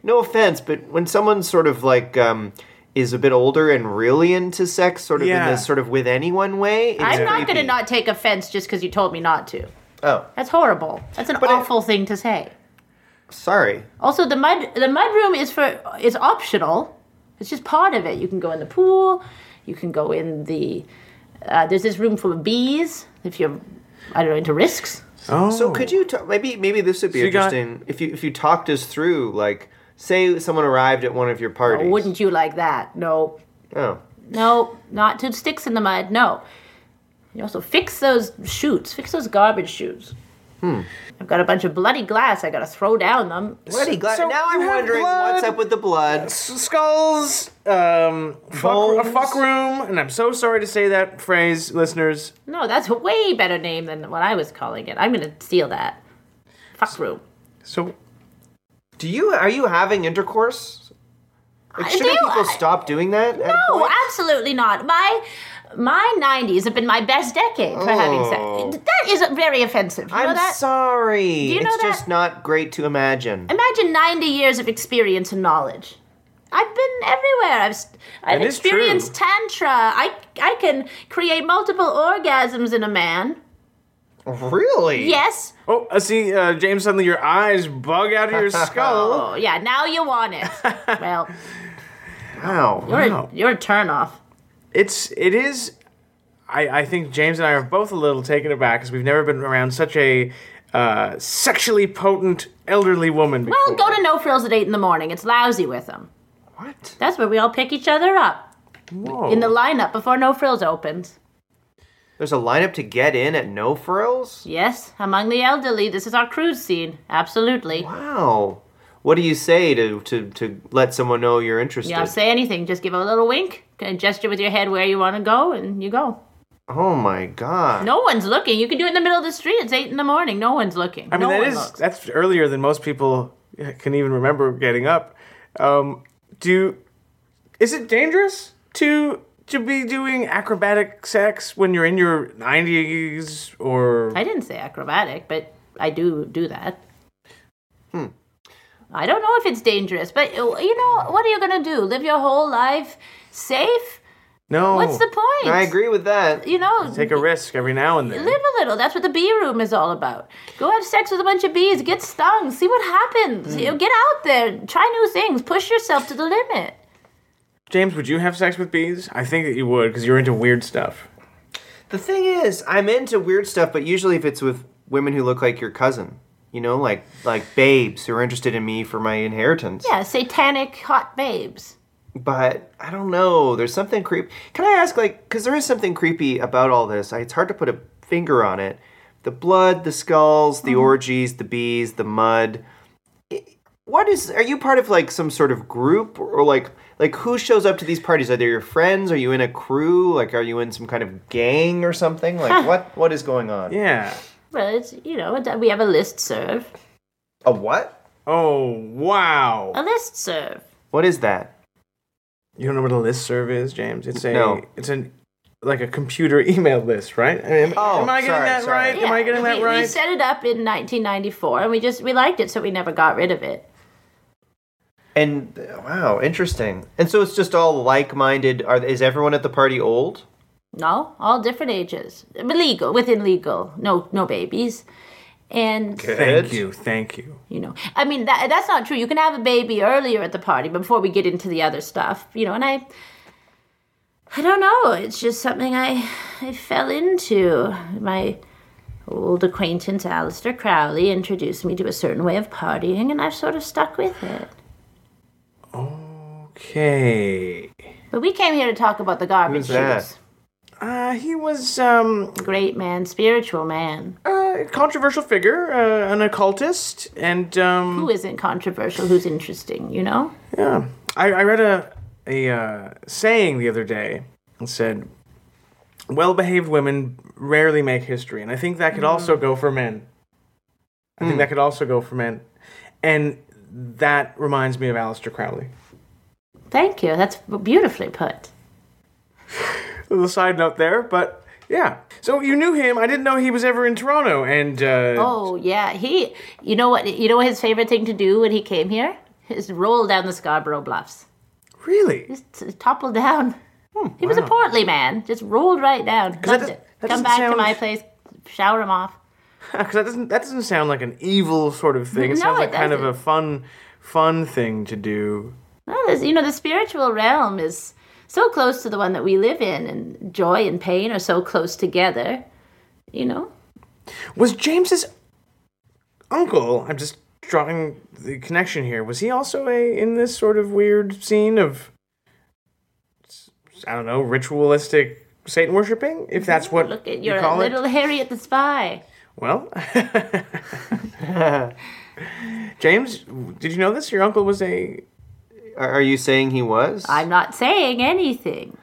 [SPEAKER 1] no offense, but when someone sort of like um, is a bit older and really into sex, sort of
[SPEAKER 2] Yeah.
[SPEAKER 1] in this sort of with anyone way, it's
[SPEAKER 3] I'm not
[SPEAKER 1] creepy.
[SPEAKER 3] going to not take offense just because you told me not to.
[SPEAKER 1] Oh,
[SPEAKER 3] That's horrible. That's an
[SPEAKER 1] it-
[SPEAKER 3] awful thing to say.
[SPEAKER 1] sorry.
[SPEAKER 3] Also, the mud the mud room is for is optional. It's just part of it. You can go in the pool. You can go in the. Uh, there's this room full of bees. If you're, I don't know, into risks.
[SPEAKER 2] Oh,
[SPEAKER 1] So could you ta- maybe maybe this would be
[SPEAKER 2] you got-
[SPEAKER 1] interesting if you if you talked us through like say someone arrived at one of your parties.
[SPEAKER 3] Wouldn't you like that? No,
[SPEAKER 1] Oh.
[SPEAKER 3] no, not to sticks in the mud. No. You also fix those chutes. Fix those garbage chutes. Hmm. I've got a bunch of bloody glass. I gotta throw down them.
[SPEAKER 1] Bloody gla-
[SPEAKER 2] so
[SPEAKER 1] now
[SPEAKER 2] you
[SPEAKER 1] I'm
[SPEAKER 2] have
[SPEAKER 1] wondering
[SPEAKER 2] blood.
[SPEAKER 1] what's up with the blood.
[SPEAKER 2] skulls, um, fuck, a
[SPEAKER 1] Bones.
[SPEAKER 2] fuck room, and I'm so sorry to say that phrase, listeners.
[SPEAKER 3] No, that's a way better name than what I was calling it. I'm gonna steal that. Fuck room.
[SPEAKER 2] So
[SPEAKER 1] Do you are you having intercourse? Like,
[SPEAKER 3] I
[SPEAKER 1] shouldn't
[SPEAKER 3] do.
[SPEAKER 1] people
[SPEAKER 3] I-
[SPEAKER 1] stop doing that? at a
[SPEAKER 3] No,
[SPEAKER 1] point?
[SPEAKER 3] Oh, absolutely not. My my 90s have been my best decade for
[SPEAKER 2] Oh.
[SPEAKER 3] having sex. That is very offensive. You know
[SPEAKER 1] I'm
[SPEAKER 3] that?
[SPEAKER 1] sorry.
[SPEAKER 3] you know
[SPEAKER 1] it's
[SPEAKER 3] that-
[SPEAKER 1] just not great to imagine.
[SPEAKER 3] Imagine 90 years of experience and knowledge. I've been everywhere. I've, st- I've
[SPEAKER 2] That is true.
[SPEAKER 3] experienced tantra. I, I can create multiple orgasms in a man.
[SPEAKER 1] Really?
[SPEAKER 3] Yes.
[SPEAKER 2] Oh, I see, uh, James, suddenly your eyes bug out of your skull.
[SPEAKER 3] Oh, yeah, now you want it. well,
[SPEAKER 1] Wow.
[SPEAKER 3] you're,
[SPEAKER 2] Wow.
[SPEAKER 3] a, you're a turnoff.
[SPEAKER 2] It's, it is, I, I think James and I are both a little taken aback because we've never been around such a uh, sexually potent elderly woman before.
[SPEAKER 3] Well, go to No Frills at 8 in the morning. It's lousy with them.
[SPEAKER 1] What?
[SPEAKER 3] That's where we all pick each other up
[SPEAKER 2] Whoa.
[SPEAKER 3] in the lineup before No Frills opens.
[SPEAKER 1] There's a lineup to get in at No Frills?
[SPEAKER 3] Yes, among the elderly, this is our cruise scene. Absolutely.
[SPEAKER 1] Wow. What do you say to, to, to let someone know you're interested?
[SPEAKER 3] You don't say anything, just give a little wink and gesture with your head where you want to go, and you go.
[SPEAKER 1] oh my god.
[SPEAKER 3] No one's looking. You can do it in the middle of the street. It's 8 in the morning. No one's looking.
[SPEAKER 2] I mean,
[SPEAKER 3] no
[SPEAKER 2] that
[SPEAKER 3] one
[SPEAKER 2] is
[SPEAKER 3] looks.
[SPEAKER 2] that's earlier than most people can even remember getting up. Um, do is it dangerous to to be doing acrobatic sex when you're in your 90s or
[SPEAKER 3] I didn't say acrobatic, but I do do that. Hmm. I don't know if it's dangerous, but uh, you know, what are you going to do? Live your whole life safe?
[SPEAKER 2] no?
[SPEAKER 3] What's the point?
[SPEAKER 1] I agree with that.
[SPEAKER 3] You know,
[SPEAKER 2] Oh, Take a risk every now and then.
[SPEAKER 3] live a little. That's what the bee room is all about. Go have sex with a bunch of bees, get stung, see what happens.
[SPEAKER 2] Hmm.
[SPEAKER 3] You know, get out there, try new things, push yourself to the limit.
[SPEAKER 2] James, would you have sex with bees? I think that you would because you're into weird stuff.
[SPEAKER 1] The thing is, I'm into weird stuff, but usually if it's with women who look like your cousin, you know, like like babes who are interested in me for my inheritance.
[SPEAKER 3] Yeah, satanic hot babes.
[SPEAKER 1] But I don't know. There's something creepy. Can I ask, like, because there is something creepy about all this. I, it's hard to put a finger on it. The blood, the skulls,
[SPEAKER 2] Mm-hmm.
[SPEAKER 1] the orgies, the bees, the mud. I- What is? Are you part of like some sort of group or like like who shows up to these parties? Are they your friends? Are you in a crew? Like, are you in some kind of gang or something? Like, what what is going on?
[SPEAKER 2] Yeah.
[SPEAKER 3] Well, it's, you know, it- we have a list serve.
[SPEAKER 1] A what?
[SPEAKER 2] Oh wow.
[SPEAKER 3] A list serve.
[SPEAKER 1] What is that?
[SPEAKER 2] You don't know what a list serve is, James? It's a
[SPEAKER 1] No.
[SPEAKER 2] it's an like a computer email list, right? I mean,
[SPEAKER 1] Oh,
[SPEAKER 2] am I getting
[SPEAKER 1] sorry,
[SPEAKER 2] that
[SPEAKER 1] sorry.
[SPEAKER 2] right? Am I getting that
[SPEAKER 3] we,
[SPEAKER 2] right?
[SPEAKER 3] We set it up in 1994, and we just we liked it, so we never got rid of it.
[SPEAKER 1] And wow, interesting. And so it's just all like-minded. Are is everyone at the party old?
[SPEAKER 3] No, all different ages, But legal within legal. No, no babies, And
[SPEAKER 2] Thank
[SPEAKER 1] Good.
[SPEAKER 2] you, thank you.
[SPEAKER 3] you know, I mean that that's not true. You can have a baby earlier at the party before we get into the other stuff, you know. And I, I don't know. It's just something I I fell into. My old acquaintance Alistair Crowley introduced me to a certain way of partying, and I've sort of stuck with it.
[SPEAKER 2] Okay.
[SPEAKER 3] But we came here to talk about the garbage
[SPEAKER 1] Who's that?
[SPEAKER 3] shoes.
[SPEAKER 2] Uh, he was um,
[SPEAKER 3] Great man, spiritual man.
[SPEAKER 2] a controversial figure, uh, an occultist, and um,
[SPEAKER 3] Who isn't controversial? Who's interesting? You know.
[SPEAKER 2] Yeah, I, I read a a uh, saying the other day and said, "Well-behaved women rarely make history," and I think that could also go for men. I think that could also go for men, and that reminds me of Aleister Crowley.
[SPEAKER 3] Thank you. That's beautifully put.
[SPEAKER 2] Little side note there, but yeah. So you knew him. I didn't know he was ever in Toronto, and uh,
[SPEAKER 3] Oh yeah, he. You know what? You know what his favorite thing to do when he came here is roll down the Scarborough Bluffs.
[SPEAKER 2] really,
[SPEAKER 3] Just t- topple down. he was a portly man. Just rolled right down. Loved
[SPEAKER 2] does-
[SPEAKER 3] it.
[SPEAKER 2] Hmm, that
[SPEAKER 3] Come
[SPEAKER 2] doesn't
[SPEAKER 3] back to
[SPEAKER 2] sound-
[SPEAKER 3] my place, shower him off.
[SPEAKER 2] because that doesn't that doesn't sound like an evil sort of thing. It
[SPEAKER 3] No,
[SPEAKER 2] sounds
[SPEAKER 3] it
[SPEAKER 2] like kind of a
[SPEAKER 3] doesn't.
[SPEAKER 2] fun fun thing to do.
[SPEAKER 3] Well, there's, you know, the spiritual realm is so close to the one that we live in, and joy and pain are so close together. You know.
[SPEAKER 2] Was James's uncle? I'm just drawing the connection here. Was he also a in this sort of weird scene of I don't know ritualistic Satan worshiping, if that's what
[SPEAKER 3] Look at
[SPEAKER 2] you
[SPEAKER 3] your
[SPEAKER 2] call
[SPEAKER 3] little
[SPEAKER 2] it?
[SPEAKER 3] Harriet the spy.
[SPEAKER 2] Well, James, did you know this? Your uncle was a
[SPEAKER 1] Are are you saying he was?
[SPEAKER 3] I'm not saying anything.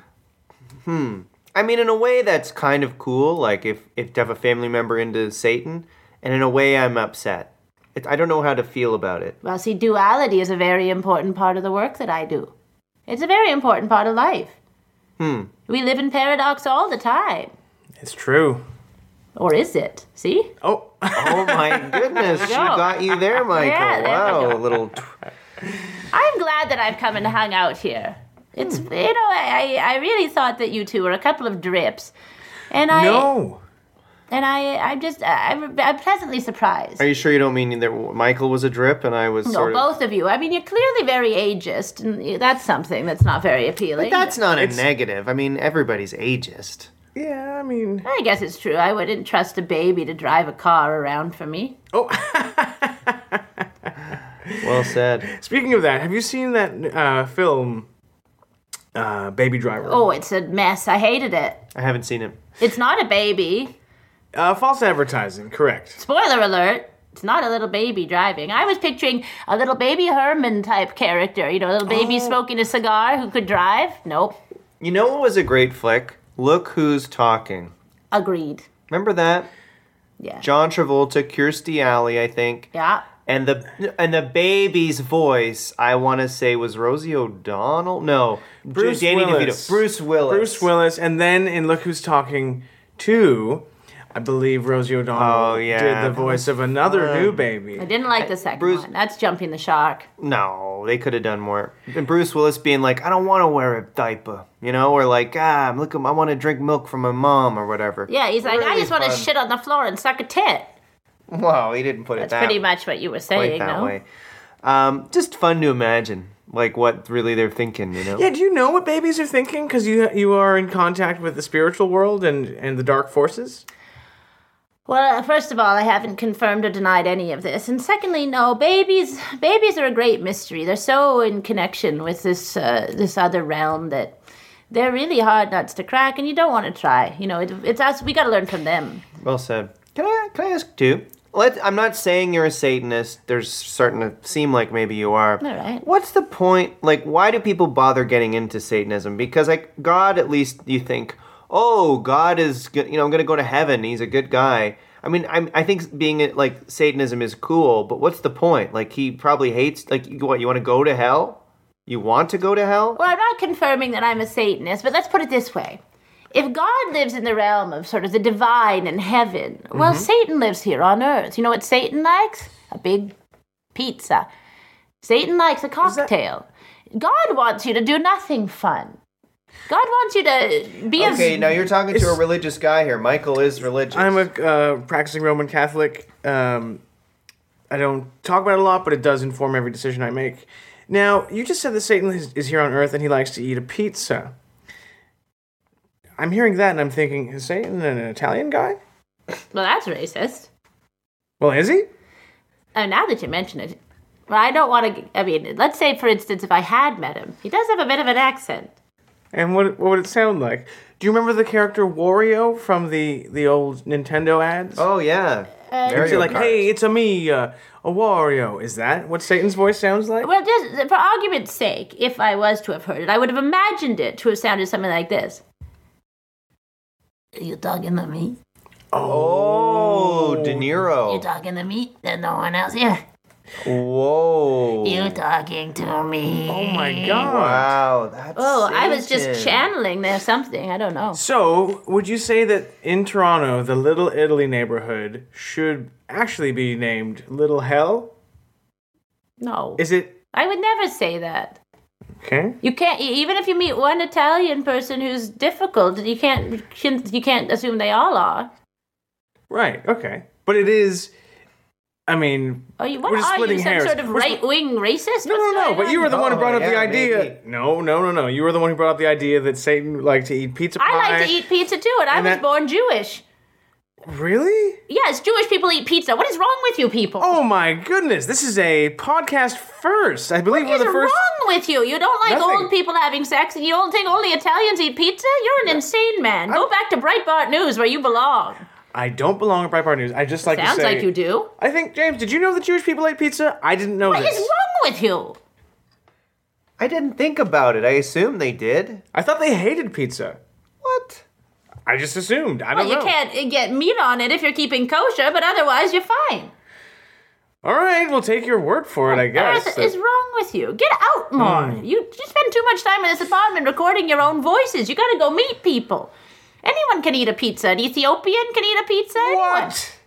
[SPEAKER 1] Hmm. I mean, in a way, that's kind of cool. Like, if, if to have a family member into Satan, and in a way, I'm upset. It, I don't know how to feel about it.
[SPEAKER 3] Well, see, duality is a very important part of the work that I do. It's a very important part of life. Hmm. We live in paradox all the time.
[SPEAKER 2] It's true.
[SPEAKER 3] Or is it? See?
[SPEAKER 2] Oh,
[SPEAKER 1] Oh my goodness, she
[SPEAKER 3] go.
[SPEAKER 1] got you there, Michael.
[SPEAKER 3] Yeah, there we
[SPEAKER 1] wow,
[SPEAKER 3] go.
[SPEAKER 1] little. T-
[SPEAKER 3] I'm glad that I've come and hung out here. It's,
[SPEAKER 1] Hmm.
[SPEAKER 3] you know, I, I I really thought that you two were a couple of drips. And I,
[SPEAKER 2] no.
[SPEAKER 3] and I, I'm just, I'm, I'm pleasantly surprised.
[SPEAKER 1] Are you sure you don't mean that Michael was a drip and I was
[SPEAKER 3] no,
[SPEAKER 1] sort of?
[SPEAKER 3] both of you. I mean, you're clearly very ageist, and that's something that's not very appealing.
[SPEAKER 1] That's not a negative. I mean, everybody's ageist.
[SPEAKER 2] Yeah, I mean,
[SPEAKER 3] I guess it's true. I wouldn't trust a baby to drive a car around for me.
[SPEAKER 1] Well said.
[SPEAKER 2] speaking of that, have you seen that uh, film, uh, Baby Driver?
[SPEAKER 3] Oh, it's a mess. I hated it.
[SPEAKER 1] I haven't seen him.
[SPEAKER 3] It's not a baby.
[SPEAKER 2] Uh, false advertising, correct.
[SPEAKER 3] Spoiler alert. It's not a little baby driving. I was picturing a little baby Herman type character, you know, a little baby
[SPEAKER 1] Oh.
[SPEAKER 3] smoking a cigar who could drive. Nope.
[SPEAKER 1] You know what was a great flick? Look who's talking.
[SPEAKER 3] Agreed.
[SPEAKER 1] Remember that?
[SPEAKER 3] Yeah.
[SPEAKER 1] John Travolta, Kirstie Alley, I think.
[SPEAKER 3] yeah.
[SPEAKER 1] And the and the baby's voice, I want to say, was Rosie O'Donnell. No,
[SPEAKER 2] Bruce
[SPEAKER 1] Danny
[SPEAKER 2] Willis.
[SPEAKER 1] DeVito. Bruce Willis.
[SPEAKER 2] Bruce Willis, and then in Look Who's Talking 2, I believe Rosie O'Donnell
[SPEAKER 1] Oh, yeah.
[SPEAKER 2] did the
[SPEAKER 1] That
[SPEAKER 2] voice of another new
[SPEAKER 3] I
[SPEAKER 2] baby.
[SPEAKER 3] didn't like the
[SPEAKER 1] Uh,
[SPEAKER 3] second
[SPEAKER 1] Bruce-
[SPEAKER 3] one. That's jumping the shark.
[SPEAKER 1] No, they could have done more. And Bruce Willis being like, I don't want to wear a diaper, you know, or like, ah, I'm looking, I want to drink milk from my mom or whatever.
[SPEAKER 3] Yeah, he's like, I
[SPEAKER 1] Really
[SPEAKER 3] just want to
[SPEAKER 1] fun.
[SPEAKER 3] shit on the floor and suck a tit.
[SPEAKER 1] Wow, he didn't put it
[SPEAKER 3] That's
[SPEAKER 1] that
[SPEAKER 3] pretty much what you were
[SPEAKER 1] quite
[SPEAKER 3] saying,
[SPEAKER 1] that
[SPEAKER 3] no?
[SPEAKER 1] way. Um, just fun to imagine, like what really they're thinking, you know.
[SPEAKER 2] Yeah, do you know what babies are thinking? Because you you are in contact with the spiritual world and, and the dark forces.
[SPEAKER 3] Well, first of all, I haven't confirmed or denied any of this, and secondly, no, babies babies are a great mystery. They're so in connection with this uh, this other realm that they're really hard nuts to crack, and you don't want to try. You know, it, it's us. We got to learn from them.
[SPEAKER 1] Well said. Can I can I ask too? Let I'm not saying you're a Satanist. There's starting to seem like maybe you are.
[SPEAKER 3] All right.
[SPEAKER 1] What's the point? Like, why do people bother getting into Satanism? Because like God, at least you think, oh, God is go- you know I'm gonna go to heaven. He's a good guy. I mean, I'm, I think being like Satanism is cool, but what's the point? Like, he probably hates. Like, you- what you want to go to hell? You want to go to hell?
[SPEAKER 3] Well, I'm not confirming that I'm a Satanist, but let's put it this way: if God lives in the realm of sort of the divine and heaven, well,
[SPEAKER 1] Mm-hmm.
[SPEAKER 3] Satan lives here on earth. You know what Satan likes? A big pizza. Satan likes a cocktail. God wants you to do nothing fun. God wants you to be
[SPEAKER 1] Okay,
[SPEAKER 3] as
[SPEAKER 1] now you're talking to a
[SPEAKER 2] It's-
[SPEAKER 1] religious guy here. Michael is religious.
[SPEAKER 2] I'm a uh, practicing Roman Catholic. Um, I don't talk about it a lot, but it does inform every decision I make. Now, you just said that Satan is, is here on Earth and he likes to eat a pizza. I'm hearing that and I'm thinking, is Satan an Italian guy?
[SPEAKER 3] well. That's racist.
[SPEAKER 2] Well, is he?
[SPEAKER 3] Oh, now that you mention it, well, I don't want to. I mean, let's say, for instance, if I had met him, he does have a bit of an accent.
[SPEAKER 2] And what what would it sound like? Do you remember the character Wario from the the old Nintendo ads?
[SPEAKER 1] oh yeah,
[SPEAKER 2] Is it
[SPEAKER 1] Mario
[SPEAKER 2] like,
[SPEAKER 1] Kart.
[SPEAKER 2] hey, it's a me, uh, a Wario. Is that what Satan's voice sounds like?
[SPEAKER 3] Well, just for argument's sake, if I was to have heard it, I would have imagined it to have sounded something like this. Are you talking to me?
[SPEAKER 1] Oh, De
[SPEAKER 3] You
[SPEAKER 1] Niro.
[SPEAKER 3] talking to me? There's no one else here.
[SPEAKER 1] Whoa.
[SPEAKER 3] You talking to me?
[SPEAKER 2] Oh my god!
[SPEAKER 1] wow, that's.
[SPEAKER 3] Oh, I was just
[SPEAKER 1] Satan.
[SPEAKER 3] channeling there something. I don't know.
[SPEAKER 2] So, would you say that in Toronto, the Little Italy neighborhood should actually be named Little Hell?
[SPEAKER 3] No.
[SPEAKER 2] Is it
[SPEAKER 3] I would never say that.
[SPEAKER 2] okay?
[SPEAKER 3] You can't e- even if you meet one Italian person who's difficult, you can't you can't- you can't assume they all are.
[SPEAKER 2] Right. Okay. But it is. I mean,
[SPEAKER 3] Are Oh, you what
[SPEAKER 2] We're just
[SPEAKER 3] are you
[SPEAKER 2] splitting
[SPEAKER 3] some
[SPEAKER 2] hairs.
[SPEAKER 3] sort of
[SPEAKER 2] We're spl-
[SPEAKER 3] right wing racist?
[SPEAKER 2] no, no, no. But you were the one who brought up
[SPEAKER 1] Oh,
[SPEAKER 2] the
[SPEAKER 1] yeah,
[SPEAKER 2] idea.
[SPEAKER 1] maybe.
[SPEAKER 2] No, no, no, no. You were the one who brought up the idea that Satan liked to eat pizza pie.
[SPEAKER 3] I like to eat pizza too, and I
[SPEAKER 2] And
[SPEAKER 3] was
[SPEAKER 2] that-
[SPEAKER 3] born Jewish.
[SPEAKER 2] Really?
[SPEAKER 3] Yes, Jewish people eat pizza. What is wrong with you people?
[SPEAKER 2] Oh my goodness! This is a podcast first. I believe
[SPEAKER 3] What
[SPEAKER 2] we're
[SPEAKER 3] is
[SPEAKER 2] the first.
[SPEAKER 3] wrong with you? You don't like
[SPEAKER 2] Nothing.
[SPEAKER 3] old people having sex, and you don't think only Italians eat pizza? You're an insane man. Go back to Breitbart News where you belong.
[SPEAKER 2] I don't belong at Breitbart News. I just like
[SPEAKER 3] Sounds
[SPEAKER 2] to say.
[SPEAKER 3] like you do.
[SPEAKER 2] I think James, did you know that Jewish people ate pizza? I didn't know
[SPEAKER 3] What
[SPEAKER 2] this.
[SPEAKER 3] is wrong with you?
[SPEAKER 1] I didn't think about it. I assumed they did.
[SPEAKER 2] I thought they hated pizza.
[SPEAKER 1] What?
[SPEAKER 2] I just assumed. I don't
[SPEAKER 3] Well, you
[SPEAKER 2] know.
[SPEAKER 3] can't uh, get meat on it if you're keeping kosher, but otherwise you're fine.
[SPEAKER 2] All right, we'll take your word for it, I guess.
[SPEAKER 3] What is wrong with you? Get out more. You, you spend too much time in this apartment recording your own voices. You gotta go meet people. Anyone can eat a pizza. An Ethiopian can eat a pizza. Anyone.
[SPEAKER 2] what?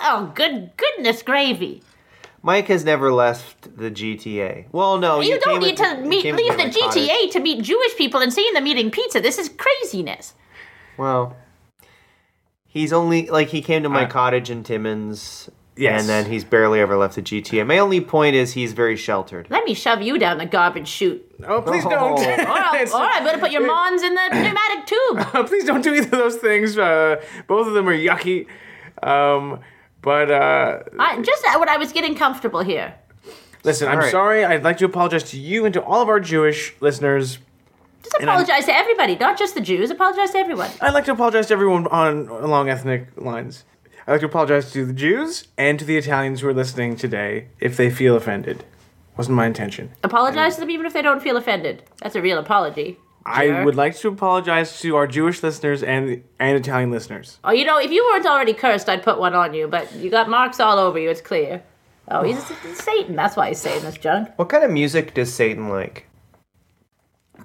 [SPEAKER 3] Oh, good goodness gravy.
[SPEAKER 1] Mike has never left the GTA. Well, no,
[SPEAKER 3] You,
[SPEAKER 1] you
[SPEAKER 3] don't
[SPEAKER 1] came
[SPEAKER 3] need
[SPEAKER 1] with-
[SPEAKER 3] to
[SPEAKER 1] you
[SPEAKER 3] meet,
[SPEAKER 1] came with
[SPEAKER 3] leave the
[SPEAKER 1] my cottage.
[SPEAKER 3] GTA to meet Jewish people and seeing them eating pizza. This is craziness.
[SPEAKER 1] Well, he's only like he came to my
[SPEAKER 2] I-
[SPEAKER 1] cottage in Timmins.
[SPEAKER 2] Yes.
[SPEAKER 1] And then he's barely ever left the GTA. My only point is he's very sheltered.
[SPEAKER 3] Let me shove you down the garbage chute.
[SPEAKER 2] Oh, please
[SPEAKER 1] No.
[SPEAKER 2] don't.
[SPEAKER 3] Or, I-
[SPEAKER 2] It's-
[SPEAKER 3] or I'm gonna put your mons in the pneumatic tube.
[SPEAKER 2] Oh, please don't do either of those things. Uh, both of them are yucky. Um, but uh,
[SPEAKER 3] I, just when I was getting comfortable here.
[SPEAKER 2] listen, I'm
[SPEAKER 1] Sorry.
[SPEAKER 2] sorry. I'd like to apologize to you and to all of our Jewish listeners.
[SPEAKER 3] Just
[SPEAKER 2] I'm-
[SPEAKER 3] apologize to everybody, not just the Jews. Apologize to everyone.
[SPEAKER 2] I'd like to apologize to everyone on along ethnic lines. I'd like to apologize to the Jews and to the Italians who are listening today if they feel offended. Wasn't my intention.
[SPEAKER 3] Apologize to them even if they don't feel offended. That's a real apology.
[SPEAKER 2] I
[SPEAKER 3] Sure.
[SPEAKER 2] would like to apologize to our Jewish listeners and and Italian listeners.
[SPEAKER 3] Oh, you know, if you weren't already cursed, I'd put one on you, but you got marks all over you. It's clear. Oh, he's he's Satan. That's why he's saying this junk.
[SPEAKER 1] What kind of music does Satan like?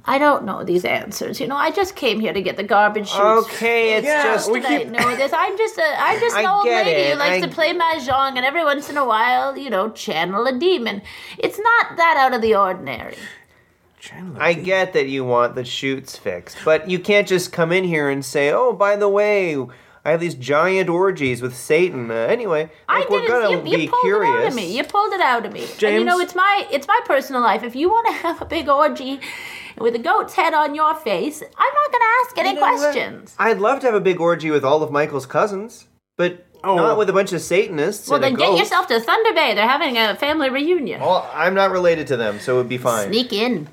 [SPEAKER 3] I don't know these answers. You know, I just came here to get the garbage chute.
[SPEAKER 1] Okay, it's
[SPEAKER 2] Yeah,
[SPEAKER 1] just
[SPEAKER 2] we
[SPEAKER 3] I
[SPEAKER 2] keep-
[SPEAKER 3] know this. I'm just a, I'm just an
[SPEAKER 1] I
[SPEAKER 3] old
[SPEAKER 1] get
[SPEAKER 3] lady
[SPEAKER 1] it.
[SPEAKER 3] who likes
[SPEAKER 1] I-
[SPEAKER 3] to play mahjong, and every once in a while, you know, channel a demon. It's not that out of the ordinary.
[SPEAKER 2] Chandler.
[SPEAKER 1] I get that you want the shoots fixed, but you can't just come in here and say, "Oh, by the way, I have these giant orgies with Satan." Uh, anyway, like
[SPEAKER 3] I
[SPEAKER 1] we're gonna
[SPEAKER 3] didn't. You, you
[SPEAKER 1] be
[SPEAKER 3] pulled it out
[SPEAKER 1] curious.
[SPEAKER 3] of me. You pulled it out of me. And you
[SPEAKER 2] James?
[SPEAKER 3] know, it's my it's my personal life. If you want to have a big orgy with a goat's head on your face, I'm not going to ask any
[SPEAKER 1] You know what?
[SPEAKER 3] questions.
[SPEAKER 1] I'd love to have a big orgy with all of Michael's cousins, but
[SPEAKER 2] Oh.
[SPEAKER 1] not with a bunch of Satanists.
[SPEAKER 3] Well,
[SPEAKER 1] and a
[SPEAKER 3] then get
[SPEAKER 1] goat.
[SPEAKER 3] yourself to Thunder Bay. They're having a family reunion.
[SPEAKER 1] Well, I'm not related to them, so it would be fine.
[SPEAKER 3] Sneak in.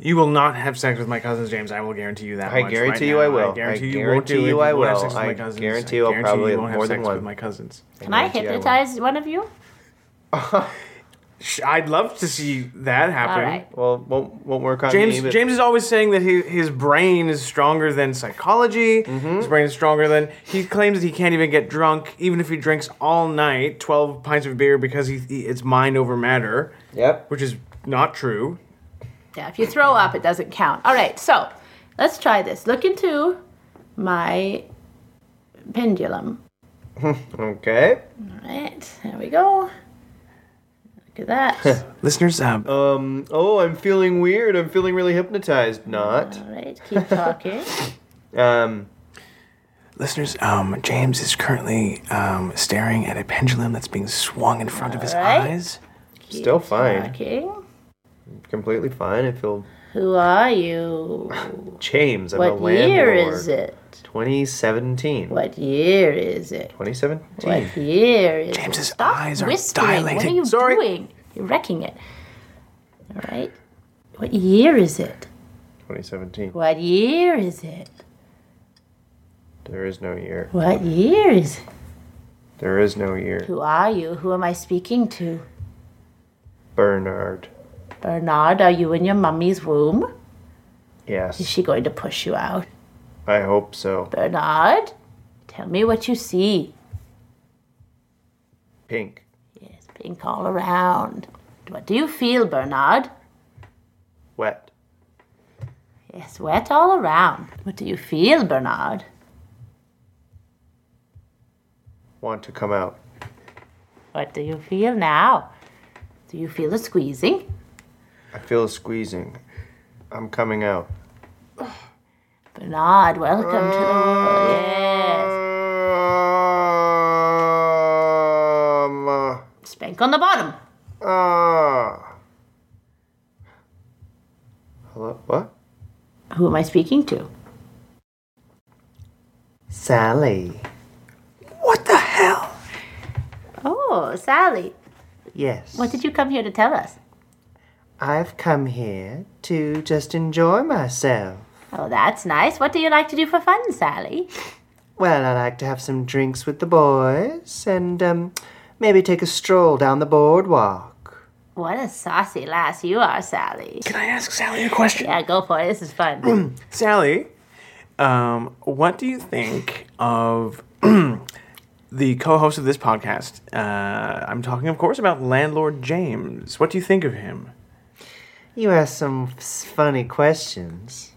[SPEAKER 2] You will not have sex with my cousins, James. I will guarantee you that.
[SPEAKER 1] I
[SPEAKER 2] much
[SPEAKER 1] guarantee
[SPEAKER 2] right
[SPEAKER 1] you
[SPEAKER 2] now.
[SPEAKER 1] I will.
[SPEAKER 2] I guarantee
[SPEAKER 1] I
[SPEAKER 2] you won't do
[SPEAKER 1] guarantee
[SPEAKER 2] it.
[SPEAKER 1] you I
[SPEAKER 2] won't have
[SPEAKER 1] will.
[SPEAKER 2] sex with
[SPEAKER 1] I
[SPEAKER 2] my cousins.
[SPEAKER 1] guarantee I'll
[SPEAKER 2] guarantee
[SPEAKER 1] probably
[SPEAKER 2] you
[SPEAKER 1] have
[SPEAKER 2] won't
[SPEAKER 1] more
[SPEAKER 2] have
[SPEAKER 1] than
[SPEAKER 2] sex
[SPEAKER 1] one.
[SPEAKER 2] with my cousins.
[SPEAKER 3] Can I
[SPEAKER 1] guarantee I will.
[SPEAKER 3] hypnotize one of you?
[SPEAKER 2] Sh- I'd love to see that happen.
[SPEAKER 3] All right.
[SPEAKER 1] Well, won't, won't work on
[SPEAKER 2] James
[SPEAKER 1] me. but-
[SPEAKER 2] James is always saying that his, his brain is stronger than psychology. His brain is stronger than he claims that he can't even get drunk, even if he drinks all night, twelve pints of beer, because he, he it's mind over matter,
[SPEAKER 1] Yep.
[SPEAKER 2] which is not true.
[SPEAKER 3] Yeah, if you throw up, it doesn't count. All right, so let's try this. Look into my pendulum.
[SPEAKER 1] Okay.
[SPEAKER 3] All right, there we go. Look at that.
[SPEAKER 2] Listeners, uh,
[SPEAKER 1] Um, oh, I'm feeling weird. I'm feeling really hypnotized. Not.
[SPEAKER 3] All right, keep talking.
[SPEAKER 1] Um,
[SPEAKER 2] listeners, um, James is currently um, staring at a pendulum that's being swung in front of his
[SPEAKER 3] Alright.
[SPEAKER 2] eyes.
[SPEAKER 3] Keep
[SPEAKER 1] Still fine.
[SPEAKER 3] Talking.
[SPEAKER 1] completely fine. I feel
[SPEAKER 3] Who are you?
[SPEAKER 1] James. I'm a
[SPEAKER 3] What
[SPEAKER 1] landlord.
[SPEAKER 3] year is it?
[SPEAKER 1] 2017.
[SPEAKER 3] What year is it?
[SPEAKER 1] 2017.
[SPEAKER 3] What year is it?
[SPEAKER 2] James's
[SPEAKER 3] Stop
[SPEAKER 2] eyes are
[SPEAKER 3] whispering. What are
[SPEAKER 2] dilating.
[SPEAKER 3] you
[SPEAKER 2] Sorry.
[SPEAKER 3] doing? You're wrecking it. All right. What year is it?
[SPEAKER 1] 2017.
[SPEAKER 3] What year is it?
[SPEAKER 1] There is no year.
[SPEAKER 3] What year is it?
[SPEAKER 1] There is no year.
[SPEAKER 3] Who are you? Who am I speaking to?
[SPEAKER 1] Bernard.
[SPEAKER 3] Bernard, are you in your mummy's womb? Is
[SPEAKER 1] Yes.
[SPEAKER 3] she going to push you out?
[SPEAKER 1] I hope so.
[SPEAKER 3] Bernard, tell me what you see.
[SPEAKER 1] Pink.
[SPEAKER 3] Yes, pink all around. What do you feel, Bernard?
[SPEAKER 1] Wet.
[SPEAKER 3] Yes, wet all around. What do you feel, Bernard?
[SPEAKER 1] Want to come out.
[SPEAKER 3] What do you feel now? Do you feel a squeezing?
[SPEAKER 1] I feel squeezing. I'm coming out.
[SPEAKER 3] Bernard, welcome to the world. Yes.
[SPEAKER 1] Um, uh,
[SPEAKER 3] Spank on the bottom.
[SPEAKER 1] ah. Hello? What?
[SPEAKER 3] Who am I speaking to?
[SPEAKER 1] Sally.
[SPEAKER 2] What the hell?
[SPEAKER 3] Oh, Sally.
[SPEAKER 1] Yes.
[SPEAKER 3] What did you come here to tell us?
[SPEAKER 1] I've come here to just enjoy myself.
[SPEAKER 3] Oh, that's nice. What do you like to do for fun, Sally?
[SPEAKER 1] Well, I like to have some drinks with the boys and um, maybe take a stroll down the boardwalk.
[SPEAKER 3] What a saucy lass you are, Sally.
[SPEAKER 2] Can I ask Sally a question? Mm.
[SPEAKER 3] Yeah, go for it. This is fun.
[SPEAKER 2] Sally, um, what do you think of the co-host of this podcast? Uh, I'm talking, of course, about landlord James. What do you think of him?
[SPEAKER 1] You ask some f- funny questions.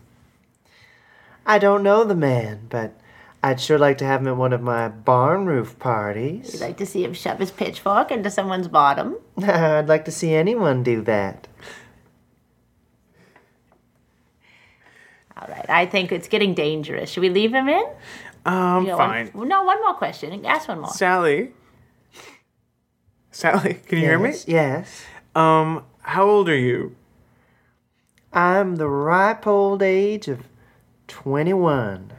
[SPEAKER 1] I don't know the man, but I'd sure like to have him at one of my barn roof
[SPEAKER 3] You'd
[SPEAKER 1] parties.
[SPEAKER 3] like to see him shove his pitchfork into someone's bottom?
[SPEAKER 1] I'd like to see anyone do that.
[SPEAKER 3] All right, I think it's getting dangerous. Should we leave him in?
[SPEAKER 2] Um,
[SPEAKER 3] You know, one-
[SPEAKER 2] fine.
[SPEAKER 3] no, one more question. Ask one more.
[SPEAKER 2] Sally, Sally, can you hear me?
[SPEAKER 1] yes, Yes.
[SPEAKER 2] Um, how old are you?
[SPEAKER 1] I'm the ripe old age of 21.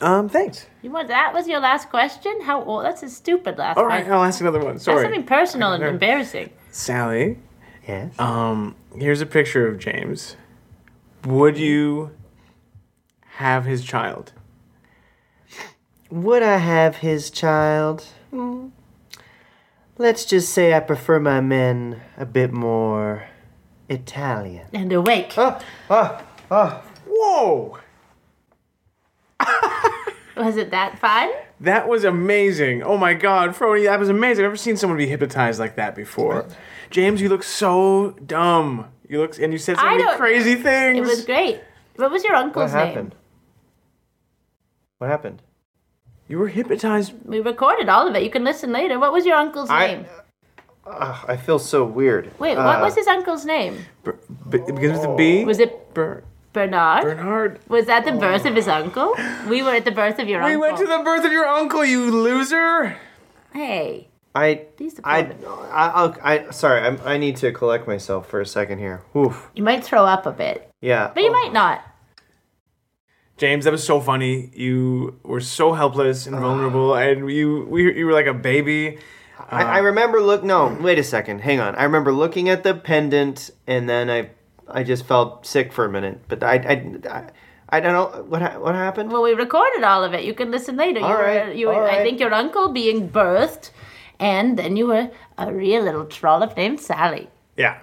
[SPEAKER 2] Um, thanks.
[SPEAKER 3] You want that was your last question? How old? That's a stupid last
[SPEAKER 2] All
[SPEAKER 3] question.
[SPEAKER 2] right, I'll ask another one.
[SPEAKER 3] That's
[SPEAKER 2] Sorry,
[SPEAKER 3] something personal and embarrassing.
[SPEAKER 2] Sally.
[SPEAKER 1] Yes.
[SPEAKER 2] Um, here's a picture of James. Would you have his child?
[SPEAKER 1] Would I have his child? Hmm. Let's just say I prefer my men a bit more Italian.
[SPEAKER 3] And awake.
[SPEAKER 2] Whoa!
[SPEAKER 3] Was it that fun?
[SPEAKER 2] That was amazing. Oh my god, Frony, that was amazing. I've never seen someone be hypnotized like that before. James, you look so dumb. You look and you said so
[SPEAKER 3] I
[SPEAKER 2] many
[SPEAKER 3] don't-
[SPEAKER 2] crazy
[SPEAKER 3] It
[SPEAKER 2] things.
[SPEAKER 3] was great. What was your uncle's name?
[SPEAKER 1] What happened?
[SPEAKER 2] you were hypnotized.
[SPEAKER 3] We recorded all of it. You can listen later. What was your uncle's
[SPEAKER 1] I-
[SPEAKER 3] name?
[SPEAKER 1] Ugh, Ah, I feel so weird. Uh,
[SPEAKER 3] Wait,
[SPEAKER 2] uh,
[SPEAKER 3] what was his uncle's name?
[SPEAKER 2] B- b- it begins with a B.
[SPEAKER 3] Was it
[SPEAKER 2] Ber-
[SPEAKER 3] Bernard?
[SPEAKER 2] Bernard?
[SPEAKER 3] Was that the birth of his uncle? We were at the birth of your
[SPEAKER 2] We
[SPEAKER 3] uncle.
[SPEAKER 2] went to the birth of your uncle, you loser.
[SPEAKER 3] Hey,
[SPEAKER 1] I,
[SPEAKER 3] these
[SPEAKER 1] I,
[SPEAKER 3] appointments.
[SPEAKER 1] I, I'll- I, sorry, I'm, I need to collect myself for a second here. Oof.
[SPEAKER 3] You might throw up a bit,
[SPEAKER 1] Yeah.
[SPEAKER 3] but you
[SPEAKER 2] Oh.
[SPEAKER 3] might not.
[SPEAKER 2] James, that was so funny. You were so helpless and vulnerable, and you we, you were like a baby.
[SPEAKER 1] I, I remember look. No, wait a second. Hang on. I remember looking at the pendant, and then I, I just felt sick for a minute. But I, I, I, I don't know what ha- what happened.
[SPEAKER 3] Well, we recorded all of it. You can listen later.
[SPEAKER 1] All
[SPEAKER 3] you were,
[SPEAKER 1] right,
[SPEAKER 3] you were,
[SPEAKER 1] all
[SPEAKER 3] I
[SPEAKER 1] right.
[SPEAKER 3] think your uncle being birthed, and then you were a real little trollop named Sally.
[SPEAKER 2] Yeah.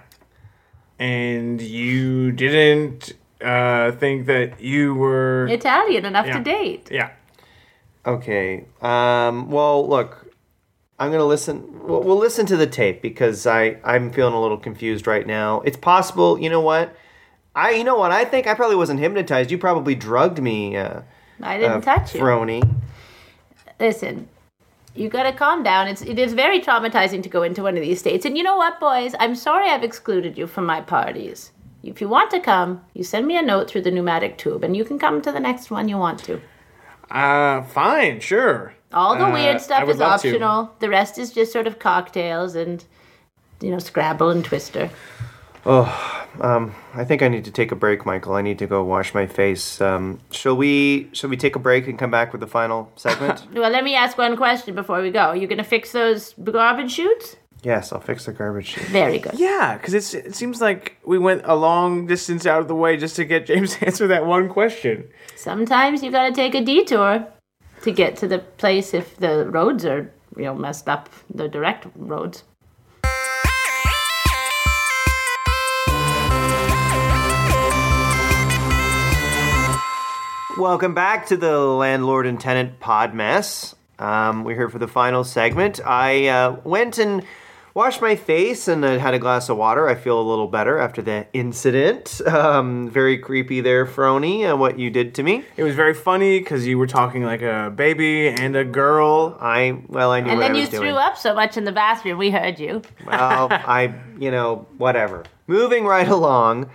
[SPEAKER 2] And you didn't uh, think that you were.
[SPEAKER 3] Italian enough
[SPEAKER 2] Yeah.
[SPEAKER 3] to date.
[SPEAKER 2] yeah.
[SPEAKER 1] Okay. Um, well, look, I'm gonna listen. We'll, we'll listen to the tape because I I'm feeling a little confused right now. It's possible. You know what? I you know what? I think I probably wasn't hypnotized. You probably drugged me, uh,
[SPEAKER 3] I
[SPEAKER 1] uh,
[SPEAKER 3] didn't touch you.
[SPEAKER 1] Frony.
[SPEAKER 3] Listen, You gotta calm down. It's it is very traumatizing to go into one of these states. And you know what, boys? I'm sorry I've excluded you from my parties. If you want to come, you send me a note through the pneumatic tube, and you can come to the next one you want to.
[SPEAKER 2] Uh, fine, sure.
[SPEAKER 3] All the
[SPEAKER 2] Uh,
[SPEAKER 3] weird
[SPEAKER 2] I
[SPEAKER 3] stuff
[SPEAKER 2] would
[SPEAKER 3] is
[SPEAKER 2] love to.
[SPEAKER 3] optional. The rest is just sort of cocktails and you know Scrabble and Twister.
[SPEAKER 1] Um, I think I need to take a break, Michael. I need to go wash my face. Um, shall we? Shall we take a break and come back with the final segment?
[SPEAKER 3] Well, let me ask one question before we go. Are you gonna fix those garbage chutes?
[SPEAKER 1] yes, I'll fix the garbage. chute.
[SPEAKER 3] Very good.
[SPEAKER 2] Yeah, because it seems like we went a long distance out of the way just to get James to answer that one question.
[SPEAKER 3] Sometimes you gotta take a detour to get to the place if the roads are you know messed up, the direct roads.
[SPEAKER 1] Welcome back to the landlord and tenant pod mess. Um, we're here for the final segment. I uh, went and washed my face and I had a glass of water. I feel a little better after the incident. Um, very creepy there, Frony, uh, what you did to me.
[SPEAKER 2] It was very funny because you were talking like a baby and a girl.
[SPEAKER 1] I well, I knew
[SPEAKER 3] And
[SPEAKER 1] what I
[SPEAKER 3] then
[SPEAKER 1] was
[SPEAKER 3] you threw
[SPEAKER 1] doing.
[SPEAKER 3] up so much in the bathroom, we heard you.
[SPEAKER 1] well, I, you know, whatever. Moving right along.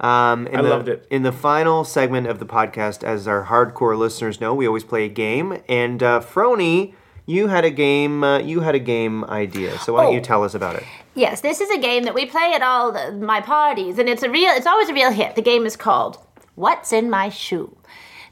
[SPEAKER 1] Um, in
[SPEAKER 2] I
[SPEAKER 1] the,
[SPEAKER 2] loved it.
[SPEAKER 1] In the final segment of the podcast, as our hardcore listeners know, we always play a game. And uh, Frony, you had a game. Uh, you had a game idea. So why don't you
[SPEAKER 3] Oh.
[SPEAKER 1] tell us about it?
[SPEAKER 3] Yes, this is a game that we play at all the, my parties, and it's a real. It's always a real hit. The game is called "What's in My Shoe."